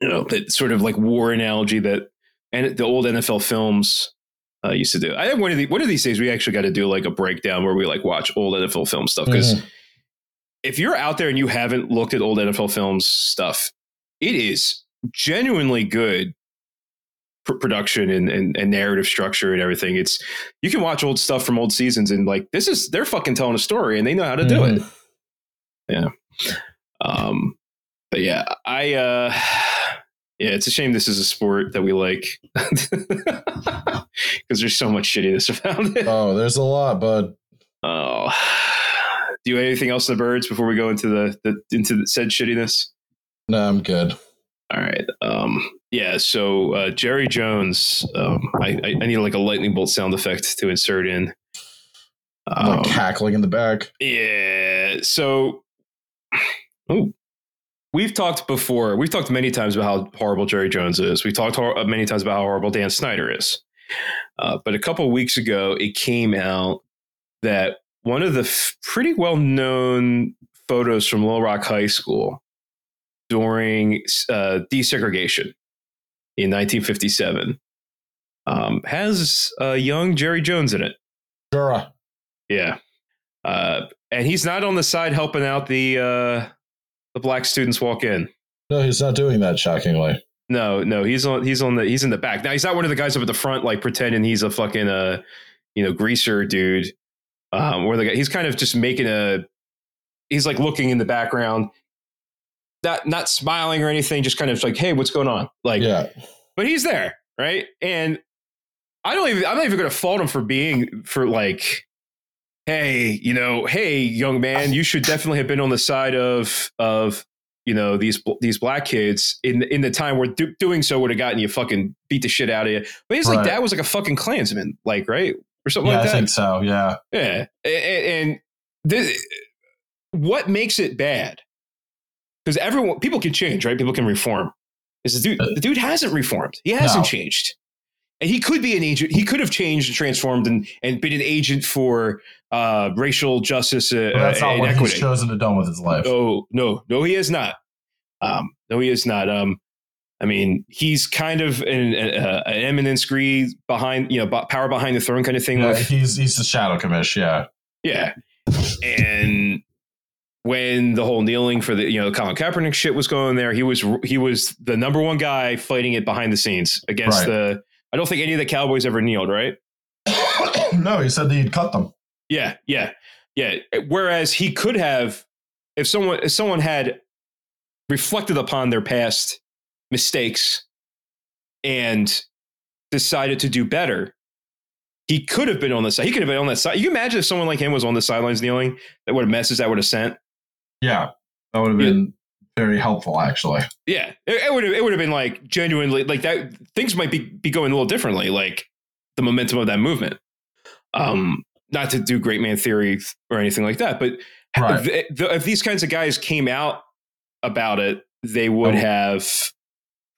[SPEAKER 5] you know that sort of like war analogy that and the old NFL films uh, used to do. I have one of the one of these days we actually got to do like a breakdown where we like watch old NFL film stuff because if you're out there and you haven't looked at old NFL films stuff, it is genuinely good pr- production and, and, and narrative structure and everything. It's you can watch old stuff from old seasons and like this is they're fucking telling a story and they know how to do it. Yeah. Um. But yeah, I. uh Yeah, it's a shame this is a sport that we like because there's so much shittiness around it.
[SPEAKER 6] Oh, there's a lot, bud.
[SPEAKER 5] Oh, do you have anything else on the birds before we go into the, the into the said shittiness?
[SPEAKER 6] No, I'm good.
[SPEAKER 5] All right. Um, yeah. So uh, Jerry Jones, um, I, I I need like a lightning bolt sound effect to insert in.
[SPEAKER 6] I'm
[SPEAKER 5] Um,
[SPEAKER 6] like cackling in the back.
[SPEAKER 5] yeah. So, oh, we've talked before. We've talked many times about how horrible Jerry Jones is. We've talked hor- uh, many times about how horrible Dan Snyder is. Uh, but a couple weeks ago, it came out that one of the f- pretty well known photos from Little Rock High School during uh, desegregation in 1957 um, has uh, young Jerry Jones in it.
[SPEAKER 6] Sure.
[SPEAKER 5] Yeah. Uh, and he's not on the side helping out the uh, the black students walk in.
[SPEAKER 6] No, he's not doing that. Shockingly.
[SPEAKER 5] No, no, he's on he's on the he's in the back. Now he's not one of the guys up at the front like pretending he's a fucking uh you know greaser dude. Um where the guy he's kind of just making a he's like looking in the background. Not not smiling or anything, just kind of like, hey, what's going on? Like
[SPEAKER 6] yeah.
[SPEAKER 5] but he's there, right? And I don't even I'm not even gonna fault him for being for like, hey, you know, hey, young man, you should definitely have been on the side of of you know these bl- these black kids in in the time where do, doing so would have gotten you fucking beat the shit out of you. But he's like
[SPEAKER 6] Right.
[SPEAKER 5] that was like a fucking Klansman, like right or something
[SPEAKER 6] Yeah,
[SPEAKER 5] like
[SPEAKER 6] I
[SPEAKER 5] that.
[SPEAKER 6] think so. Yeah.
[SPEAKER 5] Yeah, A- a- and, thi- what makes it bad? Because everyone, people can change, right? People can reform. Is the dude? The dude hasn't reformed. He hasn't
[SPEAKER 6] Uh, No.
[SPEAKER 5] changed, and he could be an agent. He could have changed and transformed and and been an agent for uh, racial justice uh,
[SPEAKER 6] But that's not
[SPEAKER 5] and
[SPEAKER 6] what
[SPEAKER 5] equity.
[SPEAKER 6] he's chosen to do with his life.
[SPEAKER 5] No, no, no, he is not. Um, no, he is not. Um, I mean, he's kind of an, uh, an eminence greed behind, you know, b- power behind the throne kind of thing.
[SPEAKER 6] Yeah,
[SPEAKER 5] with,
[SPEAKER 6] he's he's the shadow commish. Yeah,
[SPEAKER 5] yeah. And when the whole kneeling for the you know Colin Kaepernick shit was going there, he was he was the number one guy fighting it behind the scenes against
[SPEAKER 6] Right.
[SPEAKER 5] the. I don't think any of the Cowboys ever kneeled, right?
[SPEAKER 6] no, he said that he'd cut them.
[SPEAKER 5] Yeah, yeah, yeah. Whereas he could have, if someone if someone had reflected upon their past mistakes and decided to do better, he could have been on the side. He could have been on that side. You can imagine if someone like him was on the sidelines kneeling, that would have message that would have sent.
[SPEAKER 6] Yeah, that would have
[SPEAKER 5] Yeah.
[SPEAKER 6] been very helpful, actually.
[SPEAKER 5] Yeah, it, it would have it would have been like genuinely like that. Things might be be going a little differently, like the momentum of that movement. Um, not to do great man theory or anything like that, but
[SPEAKER 6] Right.
[SPEAKER 5] th- th- if these kinds of guys came out about it, they would
[SPEAKER 6] Oh.
[SPEAKER 5] have
[SPEAKER 6] Yeah,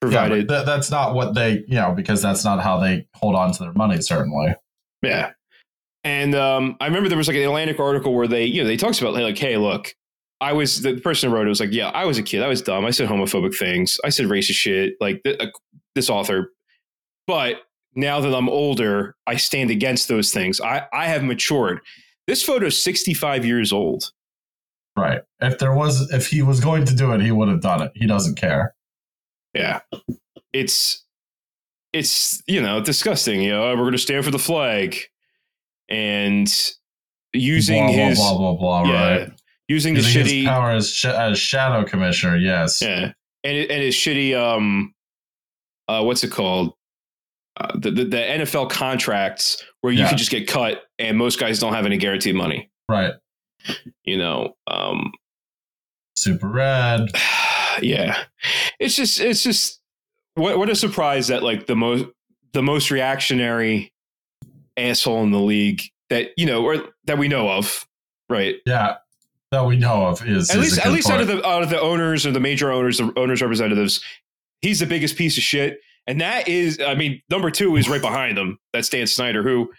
[SPEAKER 6] but
[SPEAKER 5] provided.
[SPEAKER 6] tha- that's not what they, you know, because that's not how they hold on to their money. Certainly.
[SPEAKER 5] Yeah. And um, I remember there was like an Atlantic article where they, you know, they talks about like, hey, look, I was the person who wrote it was like, yeah, I was a kid. I was dumb. I said homophobic things. I said racist shit. Like th- uh, this author. But now that I'm older, I stand against those things. I, I have matured. This photo's 65 years old.
[SPEAKER 6] Right. If there was, if he was going to do it, he would have done it. He doesn't care.
[SPEAKER 5] Yeah. It's it's you know disgusting. You know, we're gonna stand for the flag, and using
[SPEAKER 6] blah,
[SPEAKER 5] his
[SPEAKER 6] blah blah blah blah.
[SPEAKER 5] yeah,
[SPEAKER 6] Right.
[SPEAKER 5] using the
[SPEAKER 6] Using
[SPEAKER 5] shitty
[SPEAKER 6] his power as, sh- as shadow commissioner. Yes.
[SPEAKER 5] Yeah, and it, and his shitty um, uh, what's it called? Uh, the, the the NFL contracts where you
[SPEAKER 6] Yeah.
[SPEAKER 5] can just get cut, and most guys don't have any guaranteed money.
[SPEAKER 6] Right.
[SPEAKER 5] You know, um,
[SPEAKER 6] Super red.
[SPEAKER 5] yeah, it's just it's just what what a surprise that like the most the most reactionary asshole in the league that you know or that we know of, right?
[SPEAKER 6] Yeah. That we know of is
[SPEAKER 5] at
[SPEAKER 6] is
[SPEAKER 5] least
[SPEAKER 6] a
[SPEAKER 5] at
[SPEAKER 6] good
[SPEAKER 5] least out
[SPEAKER 6] point.
[SPEAKER 5] of the out of the owners or the major owners, the owners representatives, he's the biggest piece of shit. And that is, I mean, number two is right behind him. That's Dan Snyder, who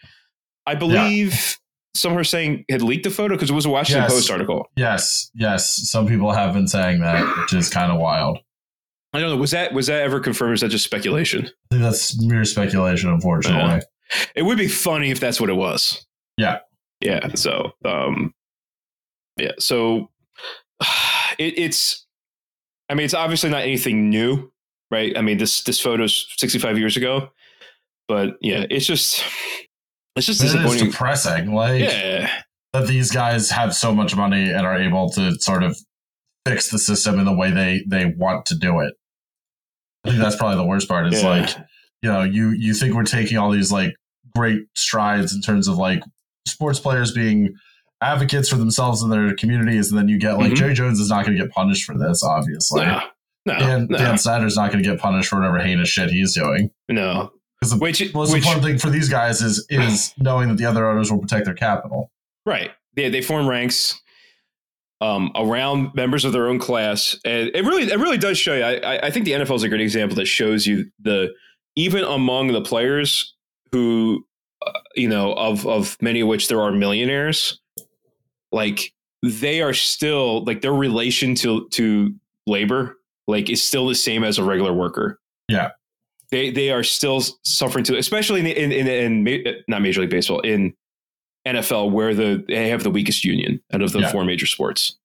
[SPEAKER 5] I believe some are saying had leaked the photo because it was a Washington
[SPEAKER 6] Yes.
[SPEAKER 5] Post article.
[SPEAKER 6] Yes, yes. Some people have been saying that, which is kind of wild. I
[SPEAKER 5] I don't know. Was that was that ever confirmed? Or is that just speculation?
[SPEAKER 6] think that's mere speculation, unfortunately.
[SPEAKER 5] It would be funny if that's what it was.
[SPEAKER 6] Yeah.
[SPEAKER 5] Yeah. So, um, yeah. So it, it's, I mean, it's obviously not anything new, right? I mean, this, this photo's 65 years ago, but yeah, it's just, it's just
[SPEAKER 6] But It is
[SPEAKER 5] disappointing.
[SPEAKER 6] depressing, like
[SPEAKER 5] Yeah.
[SPEAKER 6] that these guys have so much money and are able to sort of fix the system in the way they they want to do it. I think that's probably the worst part. Is
[SPEAKER 5] Yeah.
[SPEAKER 6] like you know you you think we're taking all these like great strides in terms of like sports players being advocates for themselves and their communities, and then you get like
[SPEAKER 5] Mhm.
[SPEAKER 6] Jerry Jones is not going to get punished for this, obviously.
[SPEAKER 5] No, no,
[SPEAKER 6] Dan,
[SPEAKER 5] no,
[SPEAKER 6] Dan Snyder's not going to get punished for whatever heinous shit he's doing.
[SPEAKER 5] no.
[SPEAKER 6] 'Cause the
[SPEAKER 5] Which,
[SPEAKER 6] most
[SPEAKER 5] which,
[SPEAKER 6] important thing for these guys is is knowing that the other owners will protect their capital.
[SPEAKER 5] Right. They they form ranks um, around members of their own class, and it really it really does show you. I I- I think the NFL is a great example that shows you the even among the players who uh, you know of of many of which there are millionaires, like they are still like their relation to to labor like is still the same as a regular worker.
[SPEAKER 6] Yeah.
[SPEAKER 5] They, they are still suffering to, especially in, in, in, in ma- not Major League Baseball, in NFL where the they have the weakest union out of the
[SPEAKER 6] Yeah.
[SPEAKER 5] four major sports.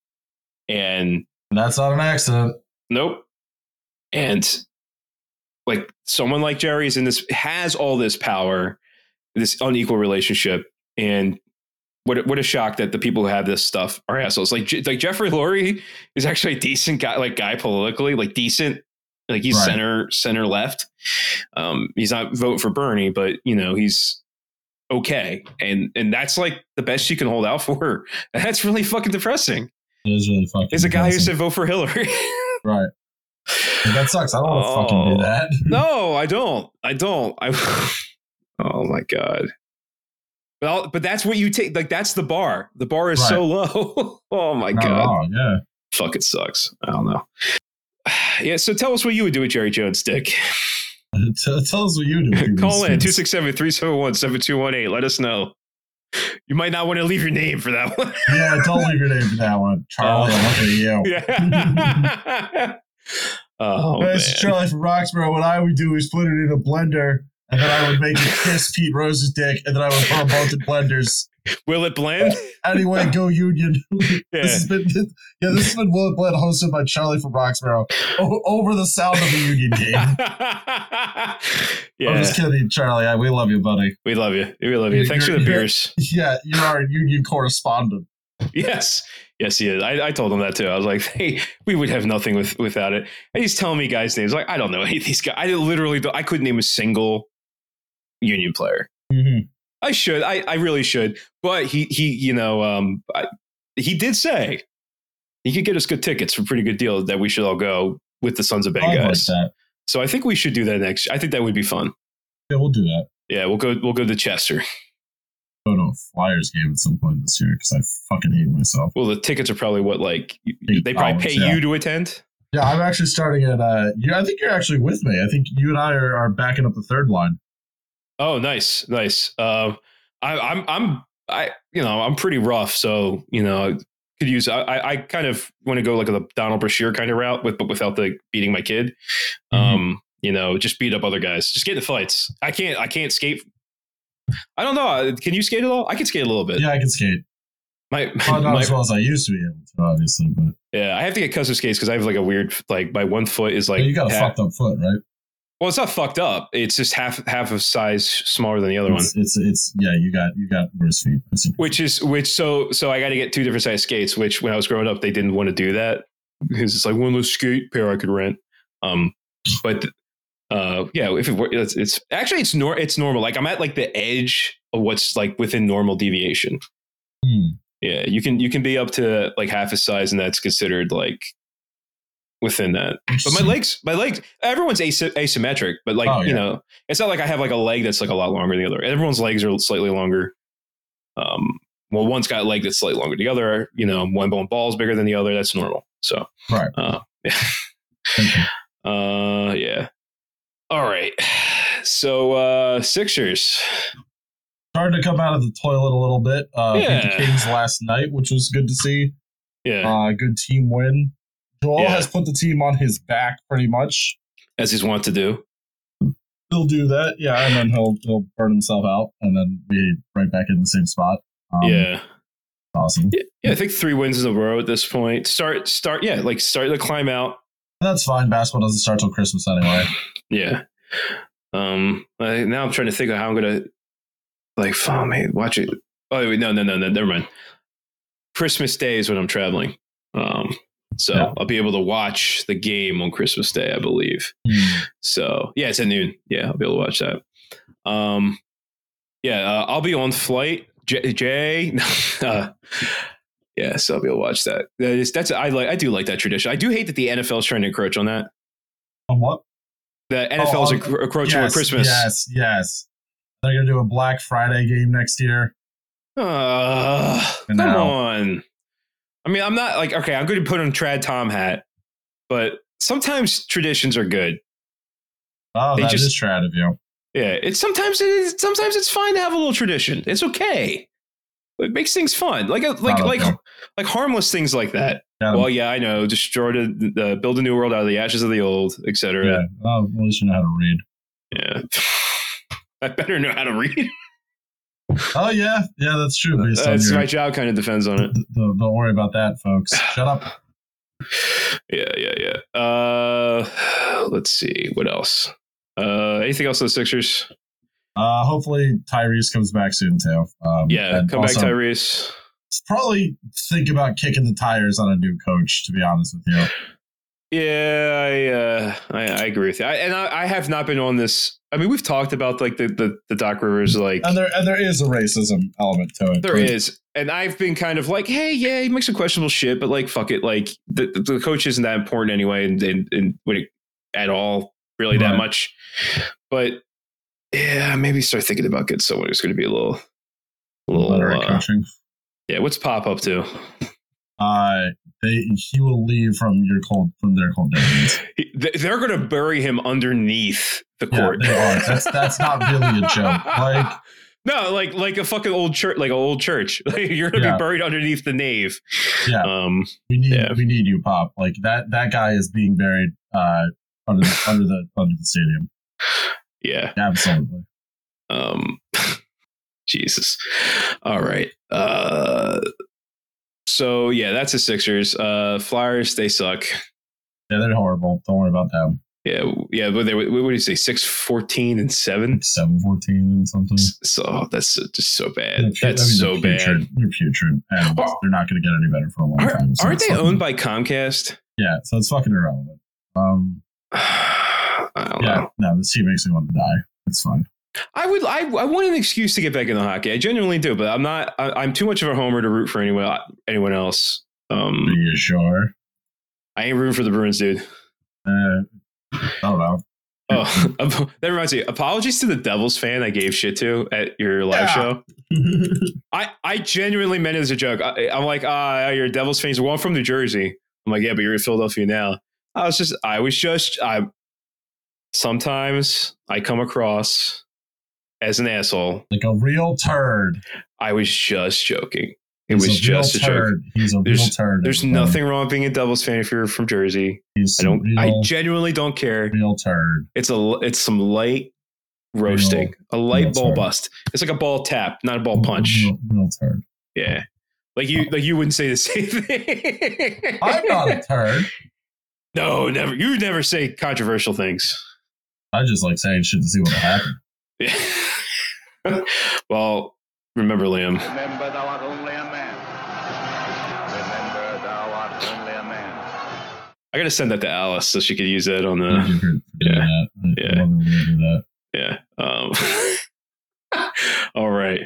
[SPEAKER 5] And
[SPEAKER 6] And that's not an accident.
[SPEAKER 5] nope. And like someone like Jerry is in this has all this power, this unequal relationship, and what a- what a shock that the people who have this stuff are assholes. Like Je- like Jeffrey Lurie is actually a decent guy, like guy politically, like decent, like he's
[SPEAKER 6] Right.
[SPEAKER 5] center center left. Um, he's not voting for Bernie, but you know he's okay, and and that's like the best you can hold out for. That's really fucking depressing.
[SPEAKER 6] It is really fucking.
[SPEAKER 5] Is a guy who
[SPEAKER 6] depressing.
[SPEAKER 5] said vote for Hillary.
[SPEAKER 6] right. That sucks. I don't want to fucking
[SPEAKER 5] Oh.
[SPEAKER 6] do that.
[SPEAKER 5] No, I don't. I don't. I. Oh my god. But I'll, but that's what you take. Like that's the bar. The bar is so low. oh my
[SPEAKER 6] Not
[SPEAKER 5] god.
[SPEAKER 6] wrong, Yeah.
[SPEAKER 5] Fuck. It sucks. I don't know. Yeah. So tell us what you would do with Jerry Jones, Dick.
[SPEAKER 6] T- tell us what you do.
[SPEAKER 5] Call in
[SPEAKER 6] Two six.
[SPEAKER 5] 267-371-7218. Let us know. You might not want to leave your name for that one.
[SPEAKER 6] Yeah, don't leave your name for that one, Charlie.
[SPEAKER 5] Oh.
[SPEAKER 6] I'm looking at you.
[SPEAKER 5] yeah. oh
[SPEAKER 6] Hey,
[SPEAKER 5] man.
[SPEAKER 6] it's Charlie from Roxborough. What I would do is put it in a blender, and then I would make it kiss Pete Rose's dick, and then I would put 'em both in blenders.
[SPEAKER 5] Will it blend?
[SPEAKER 6] Anyway, go Union. This
[SPEAKER 5] Yeah.
[SPEAKER 6] has been yeah, this has been Will and Blend hosted by Charlie from Roxborough o- over the sound of the Union game. I'm
[SPEAKER 5] yeah.
[SPEAKER 6] just kidding, Charlie. I, we love you, buddy.
[SPEAKER 5] We love you. We love you.
[SPEAKER 6] You're-
[SPEAKER 5] Thanks for the
[SPEAKER 6] you're-
[SPEAKER 5] beers.
[SPEAKER 6] Yeah, you're our Union correspondent.
[SPEAKER 5] Yes. Yes, he is. I, I told him that too. I was like, hey, we would have nothing with, without it. And he's telling me guys' names. Like, I don't know any of these guys. I literally don't, I couldn't name a single union player.
[SPEAKER 6] Mm-hmm.
[SPEAKER 5] I should. I, I really should. But he, he you know, um, I, he did say he could get us good tickets for a pretty good deal that we should all go with the Sons of Ben guys.
[SPEAKER 6] that.
[SPEAKER 5] So I think we should do that next. I think that would be fun.
[SPEAKER 6] Yeah, we'll do that.
[SPEAKER 5] Yeah, we'll go. We'll go to Chester.
[SPEAKER 6] Go to a Flyers game at some point this year because I fucking hate myself.
[SPEAKER 5] Well, the tickets are probably what like
[SPEAKER 6] Eight
[SPEAKER 5] they probably pay
[SPEAKER 6] dollars, yeah.
[SPEAKER 5] you to attend.
[SPEAKER 6] Yeah, I'm actually starting at. Uh, you, I think you're actually with me. I think you and I are, are backing up the third line.
[SPEAKER 5] Oh, nice, nice. Um, I, I'm, I'm, I, you know, I'm pretty rough, so you know, I could use. I- I, I kind of want to go like the Donald Brashear kind of route, with but without the beating my kid.
[SPEAKER 6] Mm-hmm.
[SPEAKER 5] Um, you know, just beat up other guys, just get in fights. I can't, I can't skate I don't know. Can you skate at all? I can skate a little bit.
[SPEAKER 6] Yeah, Oh, I can skate.
[SPEAKER 5] My,
[SPEAKER 6] Well, not
[SPEAKER 5] my-
[SPEAKER 6] as well as I used to be able to, obviously, but
[SPEAKER 5] yeah, I have to get custom skates because I have like a weird like my one foot is like
[SPEAKER 6] you got a
[SPEAKER 5] half-
[SPEAKER 6] fucked up foot, right?
[SPEAKER 5] Well, it's not fucked up. It's just half half a size smaller than the other one.
[SPEAKER 6] It's, it's it's yeah, you got you got worse feet. I've seen-
[SPEAKER 5] Which is which so so I got to get two different size skates. Which when I was growing up, they didn't want to do that because it's like one less skate pair I could rent. Um, but uh, yeah, if it were, it's, it's actually it's nor it's normal. Like I'm at like the edge of what's like within normal deviation.
[SPEAKER 6] Hmm.
[SPEAKER 5] Yeah, you can you can be up to like half his size, and that's considered like within that. But my legs, my legs, everyone's asy- asymmetric. But like
[SPEAKER 6] Oh, yeah.
[SPEAKER 5] you know, it's not like I have like a leg that's like a lot longer than the other. Everyone's legs are slightly longer. Um, well, one's got a leg that's slightly longer than the other. You know, one bone ball's bigger than the other. That's normal. So
[SPEAKER 6] Right.
[SPEAKER 5] Uh, yeah. uh, yeah. All right. So uh Sixers.
[SPEAKER 6] started to come out of the toilet a little bit. Uh, beat
[SPEAKER 5] Yeah.
[SPEAKER 6] the Kings last night, which was good to see.
[SPEAKER 5] Yeah,
[SPEAKER 6] Uh, good team win. Joel
[SPEAKER 5] Yeah.
[SPEAKER 6] has put the team on his back pretty much.
[SPEAKER 5] as he's wont to do.
[SPEAKER 6] He'll do that, yeah, and then he'll he'll burn himself out, and then we right back in the same spot. Um,
[SPEAKER 5] yeah.
[SPEAKER 6] awesome.
[SPEAKER 5] Yeah, yeah, I think three wins in a row at this point. Start, start, yeah, like start the climb out.
[SPEAKER 6] That's fine. Basketball doesn't start till Christmas anyway.
[SPEAKER 5] Yeah. Um. I, now I'm trying to think of how I'm gonna, like, oh man, watch it. Oh wait, no, no, no, no. Never mind. Christmas Day is when I'm traveling. Um. So
[SPEAKER 6] Yeah.
[SPEAKER 5] I'll be able to watch the game on Christmas Day, I believe. So yeah, it's at noon. Yeah, I'll be able to watch that. Um, yeah, uh, I'll be on flight. J, Jay, uh, yeah, so I'll be able to watch that. That is, that's I like. I do like that tradition. I do hate that the NFL is trying to encroach on that.
[SPEAKER 6] On what?
[SPEAKER 5] The NFL is
[SPEAKER 6] on-
[SPEAKER 5] encro- encroaching on Christmas.
[SPEAKER 6] Oh, Yes, yes. They're gonna do a Black Friday game next year.
[SPEAKER 5] Uh, come
[SPEAKER 6] And now-
[SPEAKER 5] on. I mean, I'm not like okay. I'm going to put on Trad Tom hat, but sometimes traditions are good.
[SPEAKER 6] Oh,
[SPEAKER 5] They
[SPEAKER 6] that is
[SPEAKER 5] just-
[SPEAKER 6] trad of you.
[SPEAKER 5] Yeah, it's sometimes it is, sometimes it's fine to have a little tradition. It's okay. It makes things fun, like a, like
[SPEAKER 6] Not
[SPEAKER 5] like
[SPEAKER 6] okay.
[SPEAKER 5] like harmless things like that.
[SPEAKER 6] Got him.
[SPEAKER 5] Well, yeah, I know. Destroy the, the build a new world out of the ashes of the old,
[SPEAKER 6] yeah.
[SPEAKER 5] etc.
[SPEAKER 6] Oh, at least you know how to read.
[SPEAKER 5] Yeah. I better know how to read.
[SPEAKER 6] Oh yeah, yeah, that's true. Based on
[SPEAKER 5] That's
[SPEAKER 6] your,
[SPEAKER 5] my job. Kind of depends on it.
[SPEAKER 6] th- th- don't worry about that, folks. Shut up.
[SPEAKER 5] Yeah, yeah, yeah. Uh, let's see what else. Uh, anything else on the Sixers?
[SPEAKER 6] Uh, hopefully Tyrese comes back soon too. Um,
[SPEAKER 5] Yeah,
[SPEAKER 6] and
[SPEAKER 5] come back,
[SPEAKER 6] also,
[SPEAKER 5] Tyrese.
[SPEAKER 6] Probably think about kicking the tires on a new coach. To be honest with you,
[SPEAKER 5] Yeah, I, uh, I, I agree with you. I, and I, I have not been on this. I mean, we've talked about like the the, the Doc Rivers like
[SPEAKER 6] and there and there is a racism element to it.
[SPEAKER 5] there is, and I've been kind of like, hey, yeah, he makes some questionable shit, but like, fuck it, like the the the coach isn't that important anyway, and and, and when it, at all really that
[SPEAKER 6] Right.
[SPEAKER 5] much. But yeah, maybe start thinking about getting someone who's going to be a little, a little.
[SPEAKER 6] Moderate
[SPEAKER 5] uh,
[SPEAKER 6] coaching.
[SPEAKER 5] yeah, what's pop up to?
[SPEAKER 6] Uh, they he will leave from your cold from their cold divisions.
[SPEAKER 5] He- th- They're going to bury him underneath the
[SPEAKER 6] Yeah,
[SPEAKER 5] court.
[SPEAKER 6] they are. That's- that's not really a joke. Like-
[SPEAKER 5] no, like like a fucking old church, like an old church. Like, you're going to
[SPEAKER 6] Yeah.
[SPEAKER 5] be buried underneath the nave.
[SPEAKER 6] Yeah.
[SPEAKER 5] Um.
[SPEAKER 6] We need
[SPEAKER 5] Yeah.
[SPEAKER 6] we need you, Pop. Like that that guy is being buried uh, under the, under the under the stadium.
[SPEAKER 5] Yeah.
[SPEAKER 6] Absolutely.
[SPEAKER 5] Um. Jesus. All right. Uh. So yeah, that's the Sixers. Uh, Flyers, they suck.
[SPEAKER 6] Yeah, they're horrible. Don't worry about them.
[SPEAKER 5] Yeah, w- yeah. But they, what do you say? Six, fourteen, and seven.
[SPEAKER 6] Seven fourteen and something.
[SPEAKER 5] So that's so- just so
[SPEAKER 6] They're
[SPEAKER 5] bad.
[SPEAKER 6] pu- Mm-hmm. I
[SPEAKER 5] That's
[SPEAKER 6] mean,
[SPEAKER 5] so
[SPEAKER 6] they're
[SPEAKER 5] bad.
[SPEAKER 6] putrid. They're putrid, and
[SPEAKER 5] Are-
[SPEAKER 6] they're not going to get any better for a long
[SPEAKER 5] Are,
[SPEAKER 6] time. so
[SPEAKER 5] aren't
[SPEAKER 6] it's
[SPEAKER 5] they
[SPEAKER 6] fucking-
[SPEAKER 5] owned by Comcast?
[SPEAKER 6] Yeah, so it's fucking irrelevant. Um,
[SPEAKER 5] I don't
[SPEAKER 6] yeah,
[SPEAKER 5] know.
[SPEAKER 6] no, this team makes me want to die. It's fine.
[SPEAKER 5] I would. I, I want an excuse to get back in the hockey. I genuinely do, but I'm not. I, I'm too much of a homer to root for anyone anyone else.
[SPEAKER 6] Are
[SPEAKER 5] Um,
[SPEAKER 6] you sure?
[SPEAKER 5] I ain't rooting for the Bruins, dude.
[SPEAKER 6] Uh, I don't know.
[SPEAKER 5] Oh, that reminds me. Apologies to the Devils fan I gave shit to at your live
[SPEAKER 6] Yeah.
[SPEAKER 5] show. I I genuinely meant it as a joke. I, I'm like, ah, you're a Devils fan. He's like, well, I'm from New Jersey. I'm like, yeah, but you're in Philadelphia now. I was just, I was just, I. Sometimes I come across as an asshole.
[SPEAKER 6] like a real turd.
[SPEAKER 5] I was just joking. It
[SPEAKER 6] He's
[SPEAKER 5] was
[SPEAKER 6] real
[SPEAKER 5] just a joke.
[SPEAKER 6] turd. He's a real turd.
[SPEAKER 5] There's
[SPEAKER 6] everybody.
[SPEAKER 5] nothing wrong with being a Devils fan if you're from Jersey.
[SPEAKER 6] He's
[SPEAKER 5] I don't.
[SPEAKER 6] a
[SPEAKER 5] I
[SPEAKER 6] real,
[SPEAKER 5] genuinely don't care.
[SPEAKER 6] real turd.
[SPEAKER 5] It's a. It's some light roasting, a light
[SPEAKER 6] Real
[SPEAKER 5] ball
[SPEAKER 6] turd.
[SPEAKER 5] bust. It's like a ball tap, not a ball punch.
[SPEAKER 6] Real, real turd.
[SPEAKER 5] Yeah, like you, like you wouldn't say the same thing.
[SPEAKER 6] I'm not a turd.
[SPEAKER 5] No, never. You never say controversial things.
[SPEAKER 6] I just like saying shit to see what will happen.
[SPEAKER 5] Yeah. well, remember, Liam.
[SPEAKER 7] Remember thou art only a man. Remember thou art only a man.
[SPEAKER 5] I gotta send that to Alice so she could use that on
[SPEAKER 6] Thank
[SPEAKER 5] the
[SPEAKER 6] you for- for doing
[SPEAKER 5] Uh, yeah,
[SPEAKER 6] that. I- I
[SPEAKER 5] yeah.
[SPEAKER 6] love it when you do that.
[SPEAKER 5] yeah. Um, all right.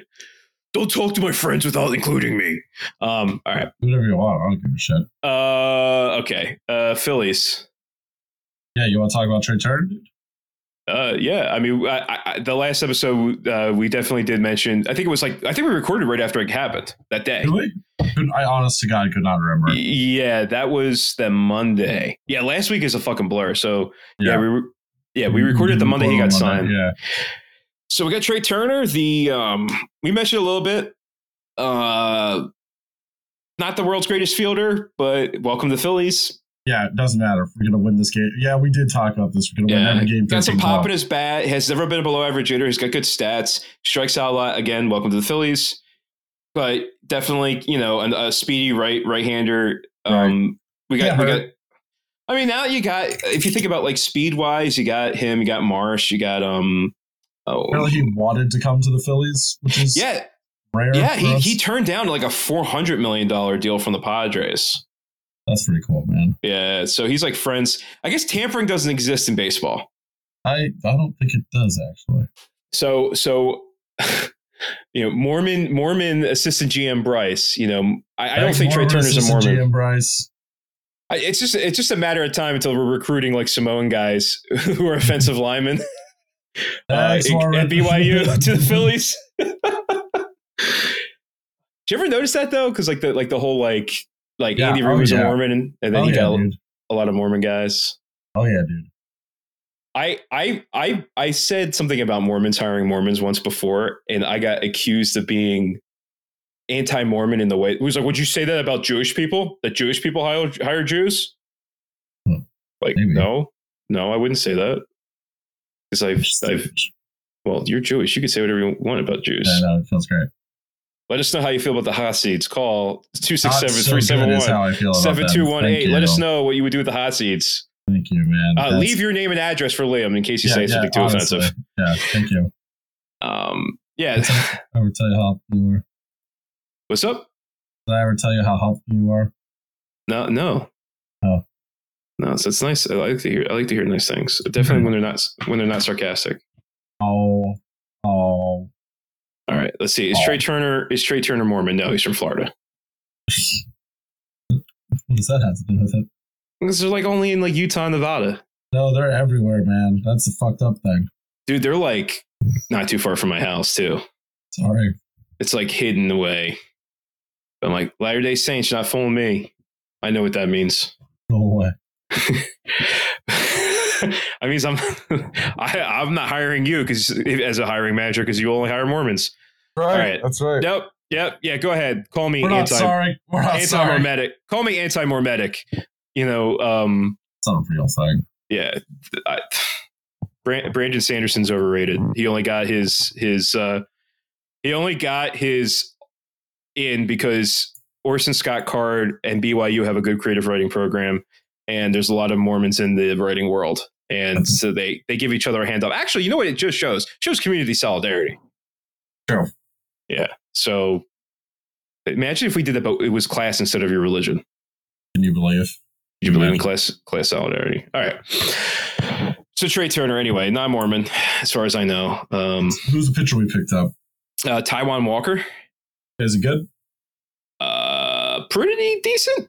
[SPEAKER 5] Don't talk to my friends without including me. Um, all right.
[SPEAKER 6] Do whatever you want. I don't give a shit.
[SPEAKER 5] Uh, okay. Uh, Phillies.
[SPEAKER 6] Yeah, you want to talk about Trey Turner? dude?
[SPEAKER 5] Uh, yeah. I mean, I, I, I- the last episode uh, we definitely did mention. I think it was like I think we recorded right after it happened that day.
[SPEAKER 6] Really? Could- I honest to God could not remember.
[SPEAKER 5] Yeah, that was the Monday. Yeah, last week is a fucking blur. So yeah,
[SPEAKER 6] Yeah.
[SPEAKER 5] we re- yeah we recorded the Monday he got
[SPEAKER 6] Monday,
[SPEAKER 5] signed.
[SPEAKER 6] Yeah.
[SPEAKER 5] So we got Trey Turner. The um, we mentioned a little bit. Uh, not the world's greatest fielder, but welcome to the Phillies.
[SPEAKER 6] Yeah, it doesn't matter. We're gonna win this game. Yeah, we did talk about this. We're gonna win
[SPEAKER 5] Yeah,
[SPEAKER 6] every game.
[SPEAKER 5] got some
[SPEAKER 6] 15-12.
[SPEAKER 5] pop in his bat. Has never been a below average hitter. He's got good stats. Strikes out a lot. Again, welcome to the Phillies. But definitely, you know, an, a speedy right right hander. Um, We got
[SPEAKER 6] Yeah,
[SPEAKER 5] we
[SPEAKER 6] hurt.
[SPEAKER 5] got. I mean, now you got if you think about like speed wise, you got him. You got Marsh. You got um. Oh,
[SPEAKER 6] Apparently, he wanted to come to the Phillies, which is
[SPEAKER 5] yeah,
[SPEAKER 6] rare.
[SPEAKER 5] yeah.
[SPEAKER 6] for
[SPEAKER 5] He
[SPEAKER 6] us.
[SPEAKER 5] he turned down like a four hundred million dollar deal from the Padres.
[SPEAKER 6] That's pretty cool, man.
[SPEAKER 5] Yeah, so he's like friends. I guess tampering doesn't exist in baseball.
[SPEAKER 6] I I don't think it does actually.
[SPEAKER 5] So so you know Mormon Mormon assistant GM Bryce. You know I, I don't
[SPEAKER 6] Like,
[SPEAKER 5] think Trey
[SPEAKER 6] Mormon
[SPEAKER 5] Turner's a
[SPEAKER 6] assistant
[SPEAKER 5] Mormon.
[SPEAKER 6] GM Bryce.
[SPEAKER 5] I, it's just it's just a matter of time until we're recruiting like Samoan guys who are offensive linemen uh,
[SPEAKER 6] Thanks,
[SPEAKER 5] in-
[SPEAKER 6] Mormon.
[SPEAKER 5] at BYU to the Phillies. Did you ever notice that though? Because like the like the whole like like
[SPEAKER 6] Yeah,
[SPEAKER 5] Andy
[SPEAKER 6] oh,
[SPEAKER 5] Reid was a
[SPEAKER 6] yeah.
[SPEAKER 5] Mormon, and, and then
[SPEAKER 6] Oh
[SPEAKER 5] he
[SPEAKER 6] yeah,
[SPEAKER 5] got
[SPEAKER 6] dude.
[SPEAKER 5] a lot of Mormon guys.
[SPEAKER 6] Oh yeah, dude.
[SPEAKER 5] I I I I said something about Mormons hiring Mormons once before, and I got accused of being anti-Mormon in the way it was like, would you say that about Jewish people? That Jewish people hire hire Jews?
[SPEAKER 6] Hmm.
[SPEAKER 5] Like
[SPEAKER 6] Maybe.
[SPEAKER 5] no, no, I wouldn't say that because I've I've well, you're Jewish. You can say whatever you want about Jews.
[SPEAKER 6] Yeah, no, it feels great.
[SPEAKER 5] Let us know how you feel about the Hasids. Call
[SPEAKER 6] Not so good is
[SPEAKER 5] 267-371-7218.
[SPEAKER 6] how I feel about them. Thank
[SPEAKER 5] 7218.
[SPEAKER 6] you.
[SPEAKER 5] Let us know what you would do with the hot seeds.
[SPEAKER 6] Thank you, man.
[SPEAKER 5] Uh,
[SPEAKER 6] That's-
[SPEAKER 5] leave your name and address for Liam in case you say something too
[SPEAKER 6] honestly.
[SPEAKER 5] offensive.
[SPEAKER 6] Yeah, thank you.
[SPEAKER 5] Um, yeah.
[SPEAKER 6] I ever tell you how helpful you were?
[SPEAKER 5] What's up?
[SPEAKER 6] Did I ever tell you how helpful you are?
[SPEAKER 5] No, no.
[SPEAKER 6] Oh.
[SPEAKER 5] No, so it's nice. I like to hear. I like to hear nice things. Definitely when they're not when they're not sarcastic.
[SPEAKER 6] Oh, oh.
[SPEAKER 5] All right, let's see. Is Trey Turner is Trey Turner Mormon? No, he's from Florida.
[SPEAKER 6] What does that have to do with it?
[SPEAKER 5] Because they're like only in like Utah, and Nevada.
[SPEAKER 6] No, they're everywhere, man. That's the fucked up thing.
[SPEAKER 5] Dude, they're like not too far from my house too.
[SPEAKER 6] Sorry.
[SPEAKER 5] It's like hidden away. I'm like Latter Day Saints, you're not fooling me. I know what that means.
[SPEAKER 6] Go away.
[SPEAKER 5] I mean, I'm I, I'm not hiring you because as a hiring manager because you only hire Mormons. All right.
[SPEAKER 6] That's right.
[SPEAKER 5] Nope. Yep. Yeah. Go ahead. Call me
[SPEAKER 6] We're not
[SPEAKER 5] anti
[SPEAKER 6] sorry. We're not
[SPEAKER 5] anti
[SPEAKER 6] sorry.
[SPEAKER 5] mormetic. Call me anti mormetic. You know. Um.
[SPEAKER 6] It's not a real thing.
[SPEAKER 5] Yeah. I, Bran- Brandon Sanderson's overrated. He only got his his uh he only got his in because Orson Scott Card and BYU have a good creative writing program, and there's a lot of Mormons in the writing world, and so they they give each other a hand up. Actually, you know what? It just shows shows community solidarity.
[SPEAKER 6] True.
[SPEAKER 5] Yeah. So imagine if we did that, but it was class instead of your religion.
[SPEAKER 6] Can you believe?
[SPEAKER 5] You believe in
[SPEAKER 6] Mm-hmm.
[SPEAKER 5] class class solidarity. All right. So Trey Turner, anyway, not Mormon, as far as I know. Um,
[SPEAKER 6] Who's the picture we picked up?
[SPEAKER 5] uh, Taiwan Walker,
[SPEAKER 6] Is it good?
[SPEAKER 5] uh, pretty decent.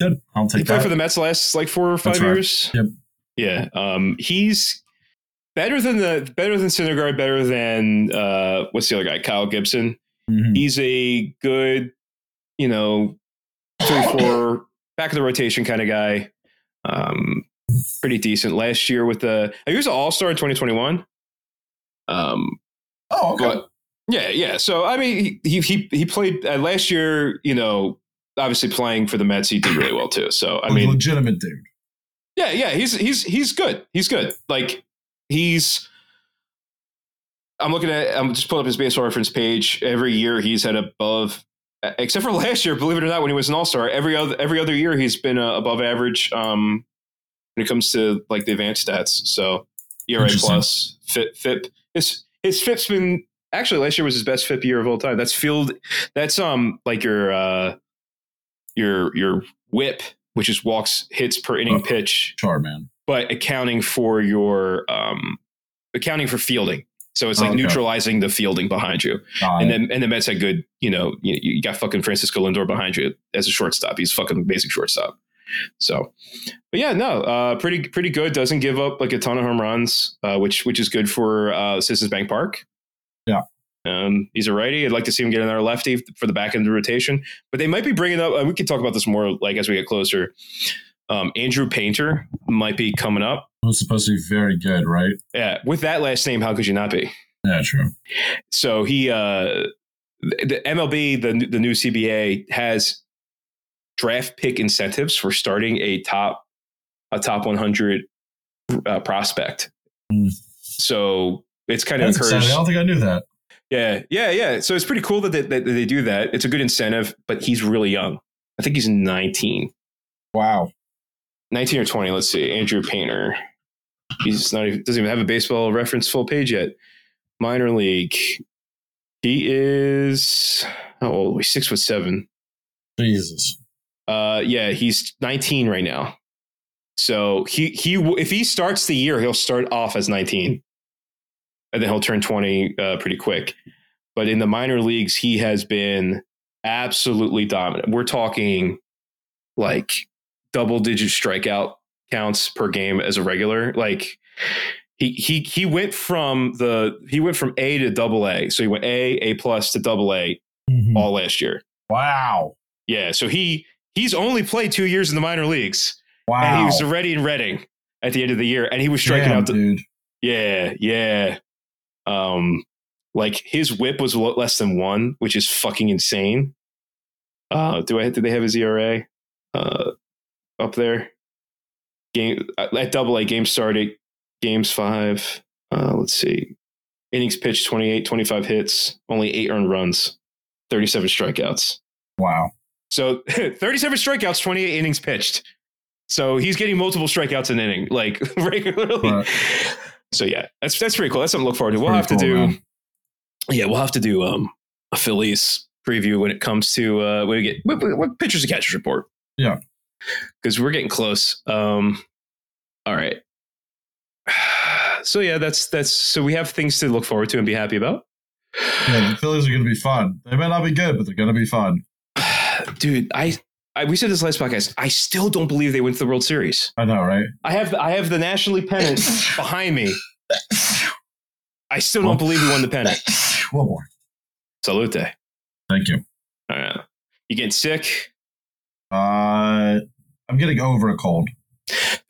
[SPEAKER 6] Good. I'll
[SPEAKER 5] He
[SPEAKER 6] take
[SPEAKER 5] played
[SPEAKER 6] that.
[SPEAKER 5] for the Mets last like four or five
[SPEAKER 6] That's right.
[SPEAKER 5] years.
[SPEAKER 6] Yep.
[SPEAKER 5] Yeah. Um, he's better than the better than Syndergaard, better than uh, what's the other guy? Kyle Gibson.
[SPEAKER 6] Mhm.
[SPEAKER 5] He's a good, you know, three four back of the rotation kind of guy. Um, pretty decent last year with the. He was an All Star in 2021. Um,
[SPEAKER 6] Oh, okay.
[SPEAKER 5] but yeah, yeah. So I mean, he he he played uh, last year. You know, obviously playing for the Mets, he did really well too. So I
[SPEAKER 6] Like,
[SPEAKER 5] mean,
[SPEAKER 6] legitimate dude.
[SPEAKER 5] yeah, yeah. He's he's he's good. He's good. Like he's I'm looking at. I'm just pulling up his baseball reference page. Every year he's had above, except for last year. Believe it or not, when he was an All Star. Every other every other year he's been uh, above average. Um, when it comes to like the advanced stats, so ERA
[SPEAKER 6] Interesting.
[SPEAKER 5] plus, FIP, FIP. His his FIP's been actually last year was his best FIP year of all time. That's field. That's um like your uh your your WHIP, which is walks hits per inning
[SPEAKER 6] Oh.
[SPEAKER 5] pitch,
[SPEAKER 6] Char man.
[SPEAKER 5] but accounting for your um accounting for fielding. So it's like
[SPEAKER 6] Oh, Okay.
[SPEAKER 5] neutralizing the fielding behind you,
[SPEAKER 6] Got
[SPEAKER 5] and
[SPEAKER 6] it.
[SPEAKER 5] then and the Mets had good, you know, you, you got fucking Francisco Lindor behind you as a shortstop. He's fucking amazing shortstop. So, but yeah, no, uh, pretty pretty good. Doesn't give up like a ton of home runs, uh, which which is good for uh, Citizens Bank Park.
[SPEAKER 6] Yeah.
[SPEAKER 5] um, he's a righty. I'd like to see him get another lefty for the back end of the rotation. But they might be bringing up. Uh, we could talk about this more like as we get closer. Um, Andrew Painter might be coming up.
[SPEAKER 6] Who's supposed to be very good, right?
[SPEAKER 5] Yeah, with that last name, how could you not be?
[SPEAKER 6] Yeah, true.
[SPEAKER 5] so he uh the the MLB the the new CBA has draft pick incentives for starting a top a top 100 uh, prospect.
[SPEAKER 6] Hmm.
[SPEAKER 5] So it's kind of
[SPEAKER 6] That's
[SPEAKER 5] encouraged.
[SPEAKER 6] exciting. I don't think I knew that.
[SPEAKER 5] Yeah, yeah, yeah. So it's pretty cool that they, that they do that. It's a good incentive, but he's really young. I think he's 19,
[SPEAKER 6] Wow.
[SPEAKER 5] 19 or 20. Let's see. Andrew Painter. He's not even, doesn't even have a baseball reference full page yet. Minor league. He is how old? He's six foot seven.
[SPEAKER 6] Jesus.
[SPEAKER 5] Uh, yeah, he's 19 right now. So he he w- if he starts the year, he'll start off as 19, and then he'll turn 20 uh, pretty quick. But in the minor leagues, he has been absolutely dominant. We're talking like double digit strikeout counts per game as a regular. Like he he he went from the he went from A to double A. So he went A A plus to double A
[SPEAKER 6] Hmm.
[SPEAKER 5] all last year.
[SPEAKER 6] Mm-hmm. Wow.
[SPEAKER 5] Yeah, so he he's only played two years in the minor leagues,
[SPEAKER 6] Wow.
[SPEAKER 5] and he was already in Reading at the end of the year, and he was striking
[SPEAKER 6] Damn,
[SPEAKER 5] out. The,
[SPEAKER 6] dude.
[SPEAKER 5] yeah, yeah. Um, like his WHIP was lo- less than one, which is fucking insane. Uh, do I? Did they have his ERA uh, up there? Game uh, at Double A game started games five. Uh, let's see, innings pitched 28, 25 hits, only eight earned runs, thirty seven strikeouts.
[SPEAKER 6] Wow.
[SPEAKER 5] So 37 strikeouts, 28 innings pitched. So he's getting multiple strikeouts an inning, like regularly.
[SPEAKER 6] Right.
[SPEAKER 5] So yeah, that's that's pretty cool. That's something to look forward to. We'll
[SPEAKER 6] Pretty
[SPEAKER 5] have to
[SPEAKER 6] cool,
[SPEAKER 5] do
[SPEAKER 6] man.
[SPEAKER 5] yeah, we'll have to do um a Phillies preview when it comes to uh when we get what, what, what pitchers and catchers report.
[SPEAKER 6] Yeah.
[SPEAKER 5] Because we're getting close. Um all right. So yeah, that's that's so we have things to look forward to and be happy about.
[SPEAKER 6] Yeah, the Phillies are going to be fun. They may not be good, but they're going to be fun.
[SPEAKER 5] dude I, I we said this last podcast i still don't believe they went to the world series
[SPEAKER 6] I know, right?
[SPEAKER 5] i have i have the national league pennant behind me i still don't believe we won the pennant
[SPEAKER 6] One more.
[SPEAKER 5] salute all
[SPEAKER 6] Thank you.
[SPEAKER 5] right you getting sick
[SPEAKER 6] Uh, I'm getting over a cold.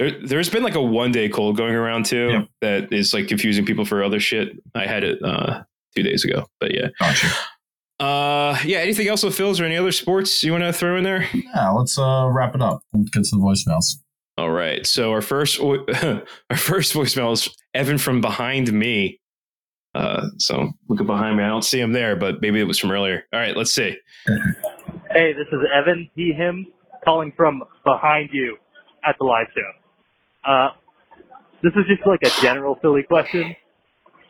[SPEAKER 5] there, there's been like a one day cold going around too
[SPEAKER 6] Yeah.
[SPEAKER 5] that is like confusing people for other shit i had it uh two days ago but yeah
[SPEAKER 6] Gotcha.
[SPEAKER 5] uh yeah anything else with phil's or any other sports you want to throw in there
[SPEAKER 6] Yeah, let's uh, wrap it up. Let's get to the voicemails.
[SPEAKER 5] All right. So our first vo- our first voicemail is Evan from behind me. Uh, so look at behind me. I don't see him there, but maybe it was from earlier. All right, let's see.
[SPEAKER 8] Hey, this is Evan, he, him, calling from behind you at the live show. Uh, this is just like a general Philly question.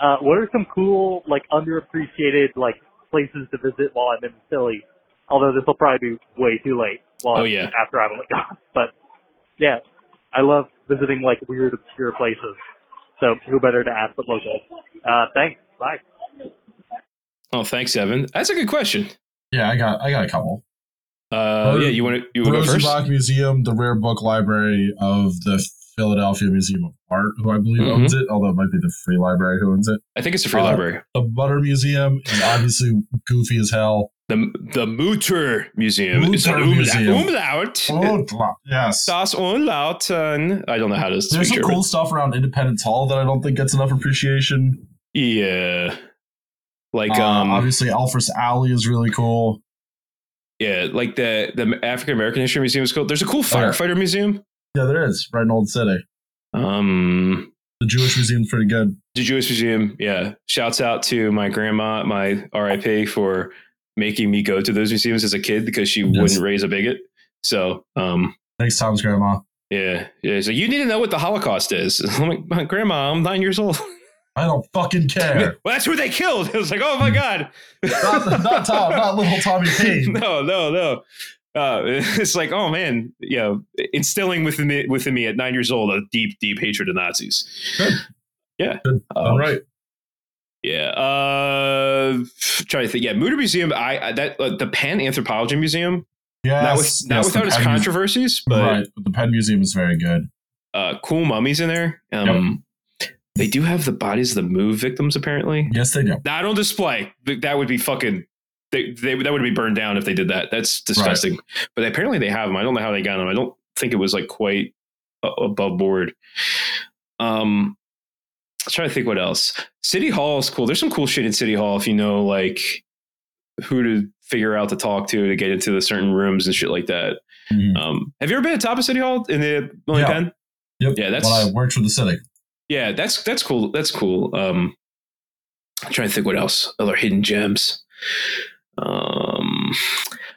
[SPEAKER 8] Uh, what are some cool, like, underappreciated, like, places to visit while I'm in Philly? Although this will probably be way too late. Well,
[SPEAKER 5] Oh, yeah.
[SPEAKER 8] After I'm like gone. But, yeah, I love visiting, like, weird, obscure places. So who better to ask but local? Uh, thanks. Bye.
[SPEAKER 5] Oh, thanks, Evan. That's a good question.
[SPEAKER 6] Yeah, I got I got a couple.
[SPEAKER 5] Uh, yeah, you want to you want to go first?
[SPEAKER 6] Rosenbach Museum, the rare book library of the Philadelphia Museum of Art, who I believe
[SPEAKER 5] Mhm.
[SPEAKER 6] owns it, although it might be the Free Library who owns it.
[SPEAKER 5] I think it's the free
[SPEAKER 6] Uh,
[SPEAKER 5] library.
[SPEAKER 6] The Butter Museum is obviously goofy as hell.
[SPEAKER 5] The the Mutter Museum. It's
[SPEAKER 6] Mutter
[SPEAKER 5] umla-
[SPEAKER 6] Museum. Oh.
[SPEAKER 5] Umlaut.
[SPEAKER 6] yes.
[SPEAKER 5] Das Umlauten. I don't know how to speak
[SPEAKER 6] There's some
[SPEAKER 5] German.
[SPEAKER 6] cool stuff around Independence Hall that I don't think gets enough appreciation.
[SPEAKER 5] Yeah. Like
[SPEAKER 6] Uh,
[SPEAKER 5] um
[SPEAKER 6] obviously, Alfred's Alley is really cool.
[SPEAKER 5] yeah, like the the African American History Museum is cool. There's a cool
[SPEAKER 6] yeah.
[SPEAKER 5] firefighter museum.
[SPEAKER 6] Yeah, there is right in Old City.
[SPEAKER 5] Um
[SPEAKER 6] The Jewish Museum's pretty good.
[SPEAKER 5] The Jewish Museum, yeah. Shouts out to my grandma, my RIP, for making me go to those museums as a kid because she
[SPEAKER 6] Yes.
[SPEAKER 5] wouldn't raise a bigot. So, um,
[SPEAKER 6] Thanks, Tom's grandma.
[SPEAKER 5] yeah, yeah. So you need to know what the Holocaust is. I'm like, "My grandma, I'm nine years old.
[SPEAKER 6] I don't fucking care.
[SPEAKER 5] Well, that's who they killed. It was like, oh my
[SPEAKER 6] Mm.
[SPEAKER 5] god.
[SPEAKER 6] not, not Tom, not little Tommy Payne.
[SPEAKER 5] no, no, no. Uh, it's like, oh man, you know, instilling within me, within me at nine years old a deep, deep hatred of Nazis.
[SPEAKER 6] Good.
[SPEAKER 5] Yeah.
[SPEAKER 6] Good.
[SPEAKER 5] Um,
[SPEAKER 6] All right.
[SPEAKER 5] Yeah. Uh, trying to think. Yeah, Mutter Museum. I, I that uh, the Pan Anthropology Museum.
[SPEAKER 6] Yes.
[SPEAKER 5] not with, not
[SPEAKER 6] yes,
[SPEAKER 5] without
[SPEAKER 6] the
[SPEAKER 5] its
[SPEAKER 6] Penn Muse-
[SPEAKER 5] controversies, but
[SPEAKER 6] right. The Penn Museum is very good.
[SPEAKER 5] uh, cool mummies in there. Um, They do have the bodies of the move victims, apparently.
[SPEAKER 6] Yes, they do.
[SPEAKER 5] Not on display. Th- That would be fucking. They, they, that would be burned down if they did that. That's disgusting. But apparently they have them. I don't know how they got them. I don't think it was like quite a- above board. Um, I'm trying to think what else. City Hall is cool. There's some cool shit in City Hall if you know like who to figure out to talk to to get into the certain rooms and shit like that.
[SPEAKER 6] Mhm.
[SPEAKER 5] Um, have you ever been at top of City Hall in the Milling
[SPEAKER 6] Yeah.
[SPEAKER 5] Pen?
[SPEAKER 6] Yep.
[SPEAKER 5] Yeah, that's-
[SPEAKER 6] when I worked for the city.
[SPEAKER 5] Yeah, that's that's cool. That's cool. Um, I'm trying to think what else other hidden gems. Um,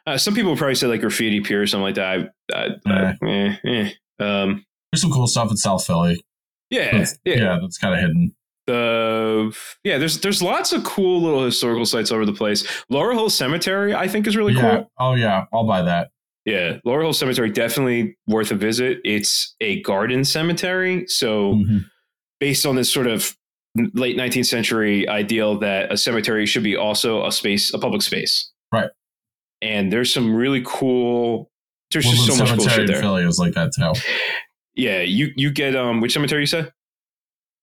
[SPEAKER 5] uh, some people probably say like graffiti pier or something like that. I, I, I, eh, eh. Um,
[SPEAKER 6] There's some cool stuff in South Philly.
[SPEAKER 5] yeah,
[SPEAKER 6] That's-
[SPEAKER 5] yeah,
[SPEAKER 6] that's kind of hidden.
[SPEAKER 5] The yeah, there's there's lots of cool little historical sites over the place. Laurel Hill Cemetery, I think, is really
[SPEAKER 6] yeah.
[SPEAKER 5] cool.
[SPEAKER 6] Oh yeah, I'll buy that.
[SPEAKER 5] Yeah, Laurel Hill Cemetery definitely worth a visit. It's a garden cemetery, so.
[SPEAKER 6] Mhm.
[SPEAKER 5] based on this sort of late 19th century ideal that a cemetery should be also a space, a public space.
[SPEAKER 6] Right.
[SPEAKER 5] And there's some really cool. There's just
[SPEAKER 6] Woodland
[SPEAKER 5] so much cool
[SPEAKER 6] Cemetery
[SPEAKER 5] shit
[SPEAKER 6] in
[SPEAKER 5] there.
[SPEAKER 6] Philly is like that too.
[SPEAKER 5] Yeah, you you get um which cemetery you said?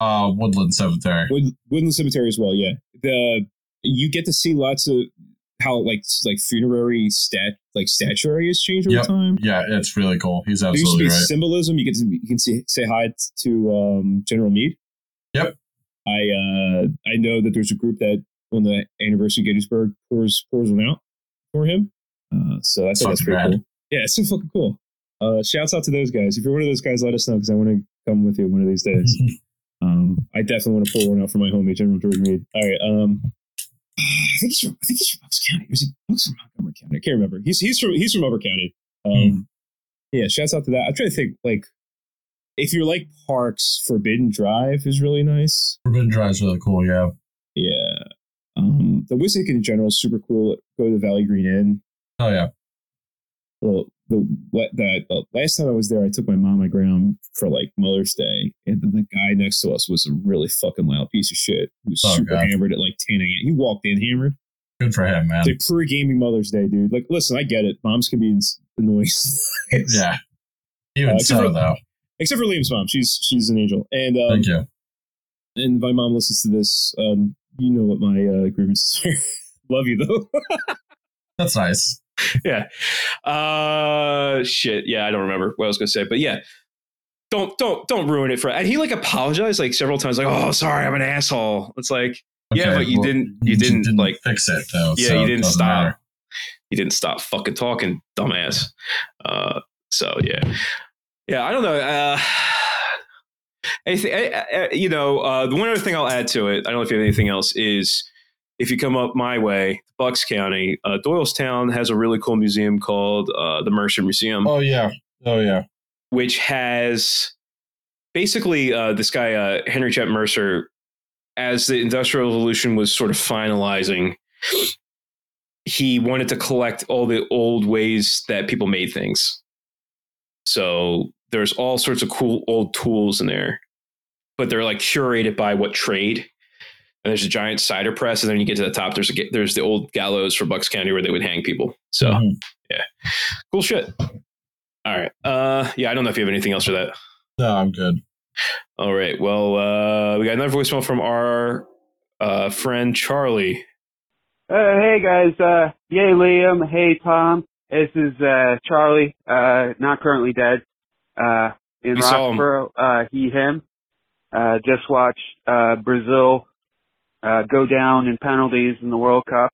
[SPEAKER 6] Uh, Woodland Cemetery.
[SPEAKER 5] Wood, Woodland Cemetery as well. Yeah, the you get to see lots of how like like funerary stat like statuary has changed
[SPEAKER 6] over Yep.
[SPEAKER 5] time.
[SPEAKER 6] Yeah, it's really cool. He's
[SPEAKER 5] There used to
[SPEAKER 6] absolutely
[SPEAKER 5] be
[SPEAKER 6] right.
[SPEAKER 5] symbolism. You get to you can see, say hi t- to um, General Meade.
[SPEAKER 6] Yep.
[SPEAKER 5] I uh, I know that there's a group that on the anniversary of Gettysburg pours pours one out for him. Uh, so that's that's
[SPEAKER 6] Fucking
[SPEAKER 5] pretty
[SPEAKER 6] rad.
[SPEAKER 5] cool. Yeah, it's so fucking cool. Uh, shouts out to those guys. If you're one of those guys, let us know because I want to come with you one of these days. um, I definitely want to pour one out for my homie General George Meade. All right. Um, I think he's from I think he's from Bucks County. Or is he Bucks from Montgomery County? I can't remember. He's he's from he's from Upper County. Um, Yeah, shouts out to that. I'm trying to think like if you're like Parks, Forbidden Drive is really nice.
[SPEAKER 6] Forbidden Drive's really cool. Yeah.
[SPEAKER 5] Yeah. Um, the Wissahickon in general is super cool. Go to the Valley Green Inn.
[SPEAKER 6] Oh yeah.
[SPEAKER 5] Well, the what that the last time I was there, I took my mom and my grandma for like Mother's Day, and then the guy next to us was a really fucking loud piece of shit who was
[SPEAKER 6] Oh,
[SPEAKER 5] super
[SPEAKER 6] God.
[SPEAKER 5] hammered at like 10 a.m. He walked in hammered.
[SPEAKER 6] Good for him, man.
[SPEAKER 5] It's like pre gaming Mother's Day, dude. Like, listen, I get it. Moms can be ins- annoying.
[SPEAKER 6] Yeah. Even
[SPEAKER 5] Uh,
[SPEAKER 6] so,
[SPEAKER 5] different-
[SPEAKER 6] though.
[SPEAKER 5] Except for Liam's mom. She's she's an angel. And um,
[SPEAKER 6] Thank you.
[SPEAKER 5] and my mom listens to this. Um, you know what my uh, grievances are. Love you though.
[SPEAKER 6] That's nice.
[SPEAKER 5] uh, shit. Yeah, I don't remember what I was gonna say, but yeah, don't don't don't ruin it for. And he like apologized like several times, like, "Oh, sorry, I'm an asshole." It's like, yeah,
[SPEAKER 6] Okay,
[SPEAKER 5] but you
[SPEAKER 6] well,
[SPEAKER 5] didn't you didn't, like
[SPEAKER 6] fix it though.
[SPEAKER 5] yeah
[SPEAKER 6] so
[SPEAKER 5] you
[SPEAKER 6] it
[SPEAKER 5] didn't
[SPEAKER 6] doesn't
[SPEAKER 5] stop
[SPEAKER 6] matter.
[SPEAKER 5] you didn't stop fucking talking, dumbass. Uh, so yeah, yeah. I don't know. Uh, anything, I, I, you know, uh, the one other thing I'll add to it. I don't know if you have anything else. Is if you come up my way, Bucks County, uh, Doylestown has a really cool museum called uh, the Mercer Museum
[SPEAKER 6] Oh yeah. Oh yeah.
[SPEAKER 5] which has basically uh, this guy uh, Henry Chet Mercer, as the Industrial Revolution was sort of finalizing, he wanted to collect all the old ways that people made things. So there's all sorts of cool old tools in there, but they're like curated by what trade. And there's a giant cider press, and then you get to the top. There's a ga- there's the old gallows for Bucks County where they would hang people. So
[SPEAKER 6] Mhm.
[SPEAKER 5] cool shit. All right. Uh, yeah, I don't know if you have anything else for that.
[SPEAKER 6] No, I'm good.
[SPEAKER 5] All right. Well, uh, we got another voicemail from our uh, friend Charlie.
[SPEAKER 9] Uh, hey guys, uh, yay Liam, hey Tom, this is, uh, Charlie, uh, not currently dead, uh, in
[SPEAKER 5] We saw him.
[SPEAKER 9] Roxborough, uh, he, him, uh, just watched, uh, Brazil, uh, go down in penalties in the World Cup,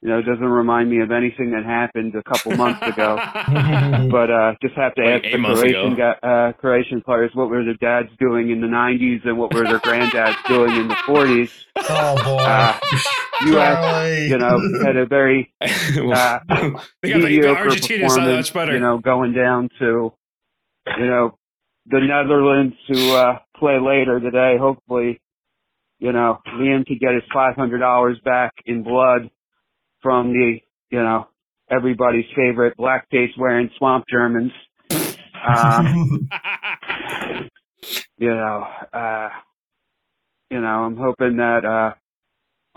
[SPEAKER 9] You know, it doesn't remind me of anything that happened a couple months ago. But uh, just have to
[SPEAKER 5] Like
[SPEAKER 9] ask
[SPEAKER 5] eight
[SPEAKER 9] the
[SPEAKER 5] months
[SPEAKER 9] Croatian,
[SPEAKER 5] ago.
[SPEAKER 9] gu- uh, Croatian players what were their dads doing in the 90s and what were their granddads doing in the 40s.
[SPEAKER 6] Oh boy.
[SPEAKER 9] Uh, U.S.,
[SPEAKER 6] Charlie.
[SPEAKER 9] you know, had a very
[SPEAKER 5] Well, they got the, the
[SPEAKER 9] Uh, mediocre
[SPEAKER 5] Argentina sounded
[SPEAKER 9] performance,
[SPEAKER 5] much better.
[SPEAKER 9] You know, going down to you know the Netherlands to uh, play later today. Hopefully, you know Liam could get his five hundred dollars back in blood from the you know everybody's favorite blackface wearing swamp Germans. Uh, you know, uh, you know, I'm hoping that uh,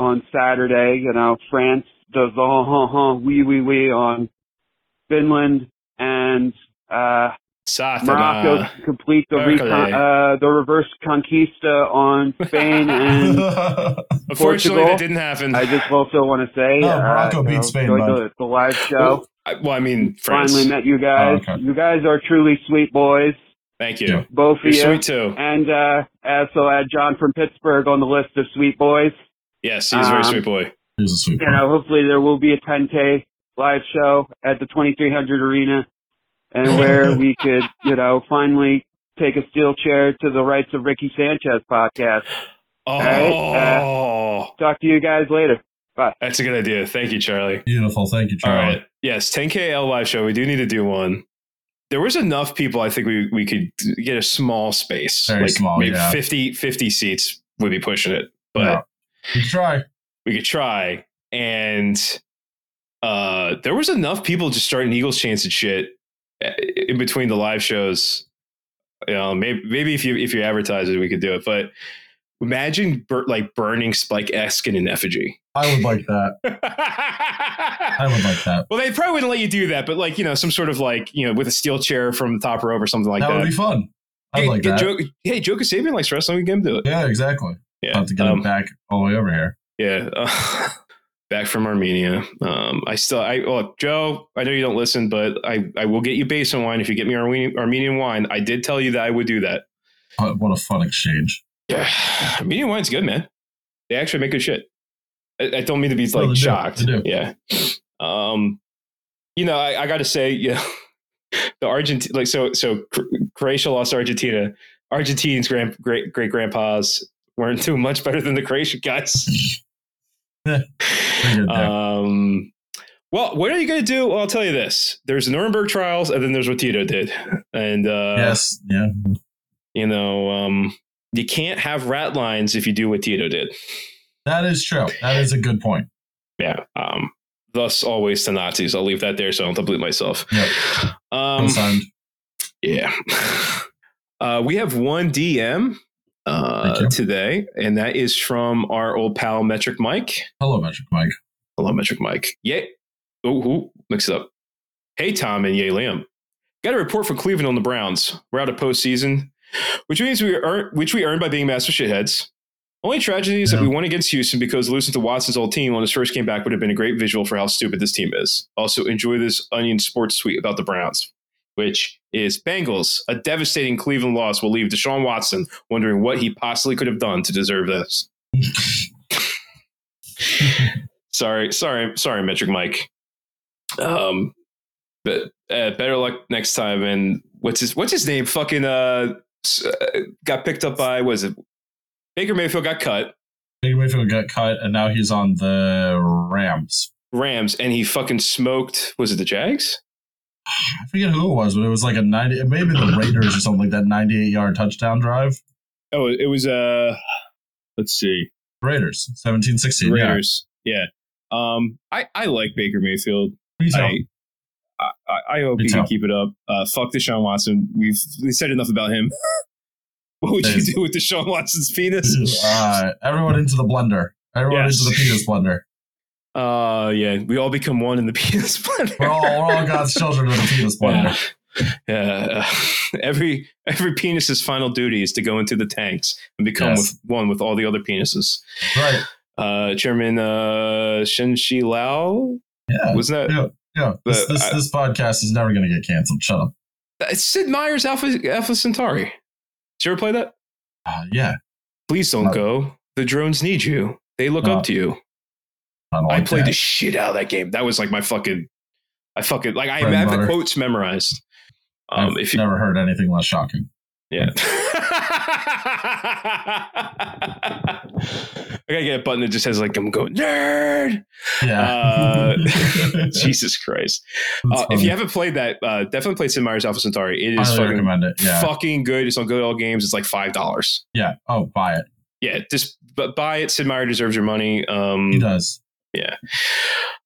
[SPEAKER 9] on Saturday, you know, France does the ha ha ha wee wee wee on Finland and uh,
[SPEAKER 5] Soft and,
[SPEAKER 9] Morocco
[SPEAKER 5] uh,
[SPEAKER 9] complete the
[SPEAKER 5] Morocco,
[SPEAKER 9] recon-
[SPEAKER 5] yeah.
[SPEAKER 9] uh, the reverse conquista on Spain and.
[SPEAKER 5] unfortunately,
[SPEAKER 9] Portugal.
[SPEAKER 5] that didn't happen.
[SPEAKER 9] I just also want to say,
[SPEAKER 6] Oh,
[SPEAKER 9] uh,
[SPEAKER 6] Morocco
[SPEAKER 9] you
[SPEAKER 6] beat
[SPEAKER 9] know,
[SPEAKER 6] Spain,
[SPEAKER 9] enjoyed
[SPEAKER 6] bud.
[SPEAKER 9] the, the live show.
[SPEAKER 5] well, I, well, I mean, France.
[SPEAKER 9] Finally met you guys.
[SPEAKER 6] Oh, okay.
[SPEAKER 9] You guys are truly sweet boys,
[SPEAKER 5] Thank you.
[SPEAKER 6] Yeah.
[SPEAKER 9] both
[SPEAKER 5] You're
[SPEAKER 9] of you.
[SPEAKER 5] sweet too.
[SPEAKER 9] And uh, as so add John from Pittsburgh on the list of sweet boys.
[SPEAKER 5] Yes, he's a very
[SPEAKER 9] Um,
[SPEAKER 5] sweet boy.
[SPEAKER 6] Here's a sweet
[SPEAKER 9] You know, hopefully there will be a 10K live show at the 2300 Arena, and where we could, you know, finally take a steel chair to the rights of Ricky Sanchez podcast.
[SPEAKER 5] Oh,
[SPEAKER 9] uh, right, Talk to you guys later.
[SPEAKER 5] that's a good idea. Thank you, Charlie.
[SPEAKER 6] Beautiful. Thank you,
[SPEAKER 5] All
[SPEAKER 6] Charlie.
[SPEAKER 5] right. Yes, 10KL live show. We do need to do one. There was enough people. I think we, we could get a small space,
[SPEAKER 6] Very
[SPEAKER 5] like
[SPEAKER 6] small,
[SPEAKER 5] maybe
[SPEAKER 6] yeah.
[SPEAKER 5] 50, 50 seats would be pushing it, but
[SPEAKER 6] Yeah. You try.
[SPEAKER 5] we could try. And uh, there was enough people just starting Eagles chants and shit uh, in between the live shows. You know, maybe maybe if you if you advertise it, we could do it. But imagine bur- like burning Spike Esk in an effigy.
[SPEAKER 6] I would like that. I would like that.
[SPEAKER 5] Well, they probably wouldn't let you do that, but like you know, some sort of like you know, with a steel chair from the top rope or something like
[SPEAKER 6] that
[SPEAKER 5] that.
[SPEAKER 6] would be fun. I'd
[SPEAKER 5] Get-
[SPEAKER 6] like
[SPEAKER 5] get
[SPEAKER 6] that.
[SPEAKER 5] Joe, hey, Joe Kasabian likes wrestling. We can do it.
[SPEAKER 6] Yeah, exactly.
[SPEAKER 5] Yeah,
[SPEAKER 6] I'll have to get
[SPEAKER 5] um,
[SPEAKER 6] him back all the way over here.
[SPEAKER 5] yeah. Uh, back from Armenia. Um, I still, I well, Joe, I know you don't listen, but I, I will get you basin wine if you get me Armenian, Armenian wine. I did tell you that I would do that.
[SPEAKER 6] What what a fun exchange.
[SPEAKER 5] Yeah, Armenian wine's good, man. They actually make good shit. I, I don't mean to be
[SPEAKER 6] they
[SPEAKER 5] like
[SPEAKER 6] do.
[SPEAKER 5] shocked.
[SPEAKER 6] They do.
[SPEAKER 5] Yeah. Um, you know, I, I got to say, yeah, the Argentine, like so, so Cro- Croatia lost Argentina. Argentines' grand, great great grandpas weren't doing much better than the Croatian guys.
[SPEAKER 6] Pretty good there.
[SPEAKER 5] um, well, what are you going to do? Well, I'll tell you this: there's the Nuremberg trials, and then there's what Tito did, and uh,
[SPEAKER 6] yes. Yeah.
[SPEAKER 5] you know, um, you can't have rat lines if you do what Tito did.
[SPEAKER 6] That is true. That is a good point.
[SPEAKER 5] yeah. Um, thus always to Nazis. I'll leave that there so I don't complete myself.
[SPEAKER 6] Yep.
[SPEAKER 5] Um,
[SPEAKER 6] Signed.
[SPEAKER 5] yeah. Uh, we have one DM
[SPEAKER 6] Thank
[SPEAKER 5] uh,
[SPEAKER 6] you.
[SPEAKER 5] today, and that is from our old pal Metric Mike.
[SPEAKER 6] Hello, Magic Mike.
[SPEAKER 5] Hello, Metric Mike. Yay. Ooh, ooh, mix it up. Hey, Tom and Yay Liam. Got a report for Cleveland on the Browns. We're out of postseason, which means we earn, which we earned by being master shitheads. Only tragedy is that
[SPEAKER 6] Yeah.
[SPEAKER 5] we won against Houston because losing to Watson's old team when his first came back would have been a great visual for how stupid this team is. Also, enjoy this Onion Sports tweet about the Browns, which is Bengals. A devastating Cleveland loss will leave Deshaun Watson wondering what he possibly could have done to deserve this. sorry, sorry, sorry, Metric Mike. Um, but uh, better luck next time. And what's his what's his name? Fucking uh, s- uh, got picked up by was it Baker Mayfield got cut
[SPEAKER 6] Baker Mayfield got cut, and now he's on the Rams.
[SPEAKER 5] Rams and he fucking smoked. Was it the Jags?
[SPEAKER 6] I forget who it was, but it was like a ninety, maybe the Raiders or something like that. Ninety-eight yard touchdown drive.
[SPEAKER 5] Oh, it was uh, let's see,
[SPEAKER 6] Raiders, seventeen sixteen. Yeah.
[SPEAKER 5] Raiders. Yeah. Um, I I like Baker Mayfield.
[SPEAKER 6] Me too.
[SPEAKER 5] I, I, I hope
[SPEAKER 6] Me
[SPEAKER 5] he can
[SPEAKER 6] too.
[SPEAKER 5] keep it up. Uh, fuck Deshaun Watson. We've we said enough about him. what would
[SPEAKER 6] There's-
[SPEAKER 5] you do with Deshaun Watson's penis?
[SPEAKER 6] Uh, everyone into the blender. Everyone
[SPEAKER 5] Yes.
[SPEAKER 6] into the penis blender.
[SPEAKER 5] Uh, yeah, we all become one in the penis blender.
[SPEAKER 6] We're all we're all God's children in the penis blender.
[SPEAKER 5] Yeah. Yeah. every every penis's final duty is to go into the tanks and become
[SPEAKER 6] Yes.
[SPEAKER 5] with, one with all the other penises.
[SPEAKER 6] Right.
[SPEAKER 5] Uh, Chairman uh, Shen Shi Lao
[SPEAKER 6] Yeah.
[SPEAKER 5] was that
[SPEAKER 6] Yeah. This
[SPEAKER 5] But
[SPEAKER 6] this,
[SPEAKER 5] I-
[SPEAKER 6] this podcast is never gonna get canceled. Shut up.
[SPEAKER 5] uh, Sid Meier's Alpha Alpha Centauri. Did you ever play that?
[SPEAKER 6] Uh, yeah.
[SPEAKER 5] Please don't
[SPEAKER 6] No. uh,
[SPEAKER 5] go. The drones need you. They look
[SPEAKER 6] No.
[SPEAKER 5] up to you.
[SPEAKER 6] don't
[SPEAKER 5] I
[SPEAKER 6] like
[SPEAKER 5] played
[SPEAKER 6] that.
[SPEAKER 5] the shit out of that game. That was like my fucking, I fucking like I
[SPEAKER 6] Bread and
[SPEAKER 5] have the
[SPEAKER 6] butter.
[SPEAKER 5] quotes memorized. Um,
[SPEAKER 6] I've
[SPEAKER 5] if you,
[SPEAKER 6] never heard anything less shocking.
[SPEAKER 5] yeah. I gotta get a button that just says like I'm going nerd. Uh, Jesus Christ! Uh, if you haven't played that, uh, definitely play Sid Meier's Alpha Centauri. It
[SPEAKER 6] I
[SPEAKER 5] is
[SPEAKER 6] highly
[SPEAKER 5] fucking
[SPEAKER 6] recommend it. Yeah,
[SPEAKER 5] fucking good. It's on Good Old Games. It's like five dollars.
[SPEAKER 6] yeah. Oh, buy it.
[SPEAKER 5] Yeah, just bu- buy it. Sid Meier deserves your money. Um,
[SPEAKER 6] He does.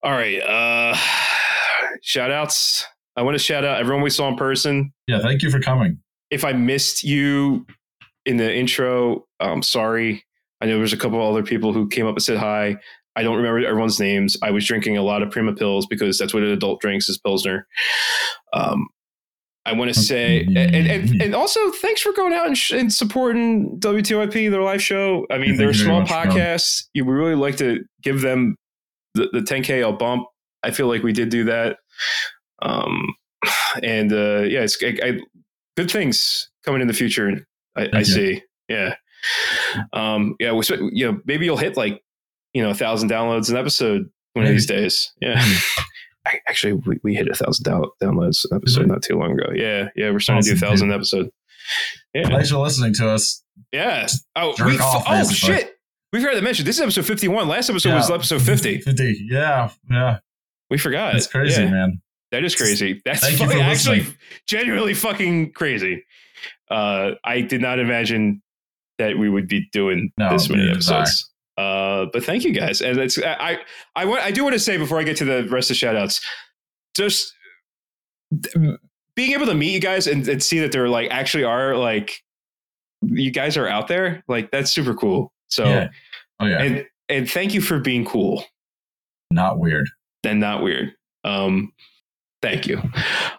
[SPEAKER 5] All right. Uh, shout outs. I want to shout out everyone we saw in person.
[SPEAKER 6] Yeah, thank you for coming.
[SPEAKER 5] If I missed you in the intro, I'm sorry. I know there's a couple other people who came up and said hi. I don't remember everyone's names. I was drinking a lot of Prima pills because that's what an adult drinks is Pilsner. Um, I want to say, and, and, and also thanks for going out and, sh- and supporting WTYP, their live show. I mean,
[SPEAKER 6] Thank
[SPEAKER 5] they're a
[SPEAKER 6] you very
[SPEAKER 5] small
[SPEAKER 6] much, John.
[SPEAKER 5] podcast. You would really like to give them the, the 10K a bump. I feel like we did do that. Um, and uh, yeah, it's I, I, good things coming in the future. I, I
[SPEAKER 6] you.
[SPEAKER 5] see. Yeah. Um, yeah. We, so- you know, maybe you'll hit like, you know, a thousand downloads an episode one of
[SPEAKER 6] Maybe.
[SPEAKER 5] these days. Yeah.
[SPEAKER 6] Mm.
[SPEAKER 5] I, actually, we, we hit a thousand down, downloads an episode
[SPEAKER 6] Really?
[SPEAKER 5] not too long ago. Yeah. Yeah. We're starting to do a
[SPEAKER 6] Mm-hmm. Awesome,
[SPEAKER 5] thousand episode. Yeah.
[SPEAKER 6] Thanks for listening to us.
[SPEAKER 5] Yeah. Oh,
[SPEAKER 6] Jerk
[SPEAKER 5] we,
[SPEAKER 6] off,
[SPEAKER 5] oh
[SPEAKER 6] basically.
[SPEAKER 5] shit. We forgot to mention this is episode 51. Last episode was
[SPEAKER 6] Yeah.
[SPEAKER 5] episode 50.
[SPEAKER 6] 50. Yeah, yeah.
[SPEAKER 5] We forgot.
[SPEAKER 6] It's crazy,
[SPEAKER 5] Uh, Yeah.
[SPEAKER 6] man.
[SPEAKER 5] That is crazy. That's
[SPEAKER 6] Thank you
[SPEAKER 5] fucking,
[SPEAKER 6] for listening.
[SPEAKER 5] actually genuinely fucking crazy. Uh, I did not imagine that we would be doing
[SPEAKER 6] No,
[SPEAKER 5] this many
[SPEAKER 6] neither did
[SPEAKER 5] episodes. Uh, but thank you guys. And it's I I, I want I do want to say before I get to the rest of shout outs, just being able to meet you guys and, and see that there like actually are like you guys are out there, like that's super cool. So
[SPEAKER 6] yeah. Oh yeah.
[SPEAKER 5] and and thank you for being cool
[SPEAKER 6] Not weird.
[SPEAKER 5] and not weird. Um, thank you.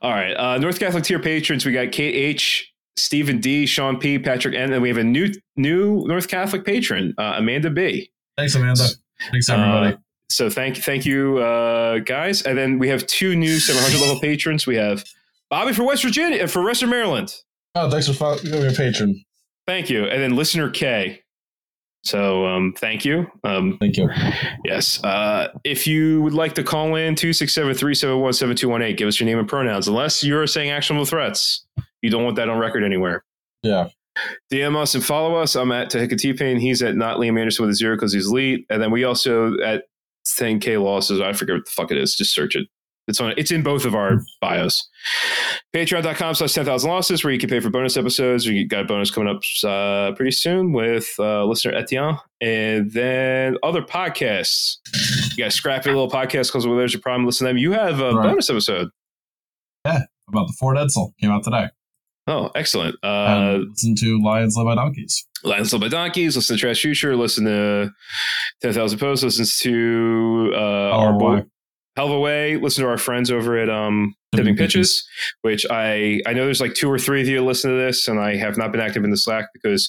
[SPEAKER 5] All right. Uh, North Catholic tier patrons. We got Kate H, Stephen D, Sean P, Patrick N, and we have a new new North Catholic patron, uh, Amanda B.
[SPEAKER 6] Thanks, Amanda. Thanks everybody.
[SPEAKER 5] Uh, so thank thank you uh, guys. And then we have two new 700 level patrons. We have Bobby for West Virginia uh, for Western Maryland.
[SPEAKER 6] oh, thanks for fo- being a patron.
[SPEAKER 5] Thank you. And then listener K. So um, thank you. Um,
[SPEAKER 6] Thank you.
[SPEAKER 5] Yes. Uh, if you would like to call in 267 371 7218, give us your name and pronouns, unless you're saying actionable threats. You don't want that on record anywhere.
[SPEAKER 6] Yeah.
[SPEAKER 5] DM us and follow us. I'm at Tahika T Pain. He's at not Liam Anderson with a zero because he's elite. And then we also at 10K losses. I forget what the fuck it is. Just search it. It's on. It's in both of our bios. Patreon.com slash 10,000 losses, where you can pay for bonus episodes. We got a bonus coming up uh, pretty soon with uh, listener Etienne. And then other podcasts. You got Scrappy Little Podcast because there's your problem. Listen to them. You have a
[SPEAKER 6] Right.
[SPEAKER 5] bonus episode.
[SPEAKER 6] About the Ford Edsel came out today.
[SPEAKER 5] Oh, excellent. Uh,
[SPEAKER 6] and listen to Lions Live by Donkeys.
[SPEAKER 5] Lions Sold by Donkeys, listen to Trash Future, listen to 10,000 Posts, listens to uh, our
[SPEAKER 6] Oh,
[SPEAKER 5] boy,
[SPEAKER 6] boy.
[SPEAKER 5] Hell of a Way, listen to our friends over at um, Tipping
[SPEAKER 6] Tipping
[SPEAKER 5] Pitches, which I, I know there's like two or three of you that listen to this, and I have not been active in the Slack because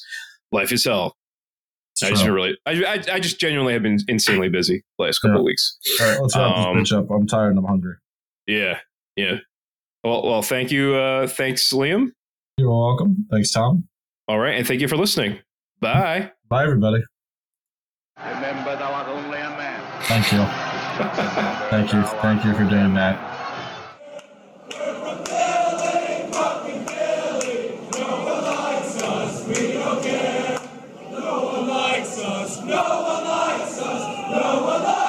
[SPEAKER 5] life is hell. I just
[SPEAKER 6] So-
[SPEAKER 5] been really, I, I, I just genuinely have been insanely busy the last couple
[SPEAKER 6] Yeah.
[SPEAKER 5] of weeks.
[SPEAKER 6] All right, let's wrap
[SPEAKER 5] Um,
[SPEAKER 6] this bitch up. I'm tired and I'm hungry.
[SPEAKER 5] Yeah, yeah. Well, well, thank you, uh, thanks, Liam.
[SPEAKER 6] You're welcome. Thanks, Tom.
[SPEAKER 5] All right, and thank you for listening. Bye.
[SPEAKER 6] Bye, everybody.
[SPEAKER 7] Remember thou art only a man.
[SPEAKER 6] Thank you. Thank you. Thank you for doing that.
[SPEAKER 10] No one likes us. No one likes us. No one likes us.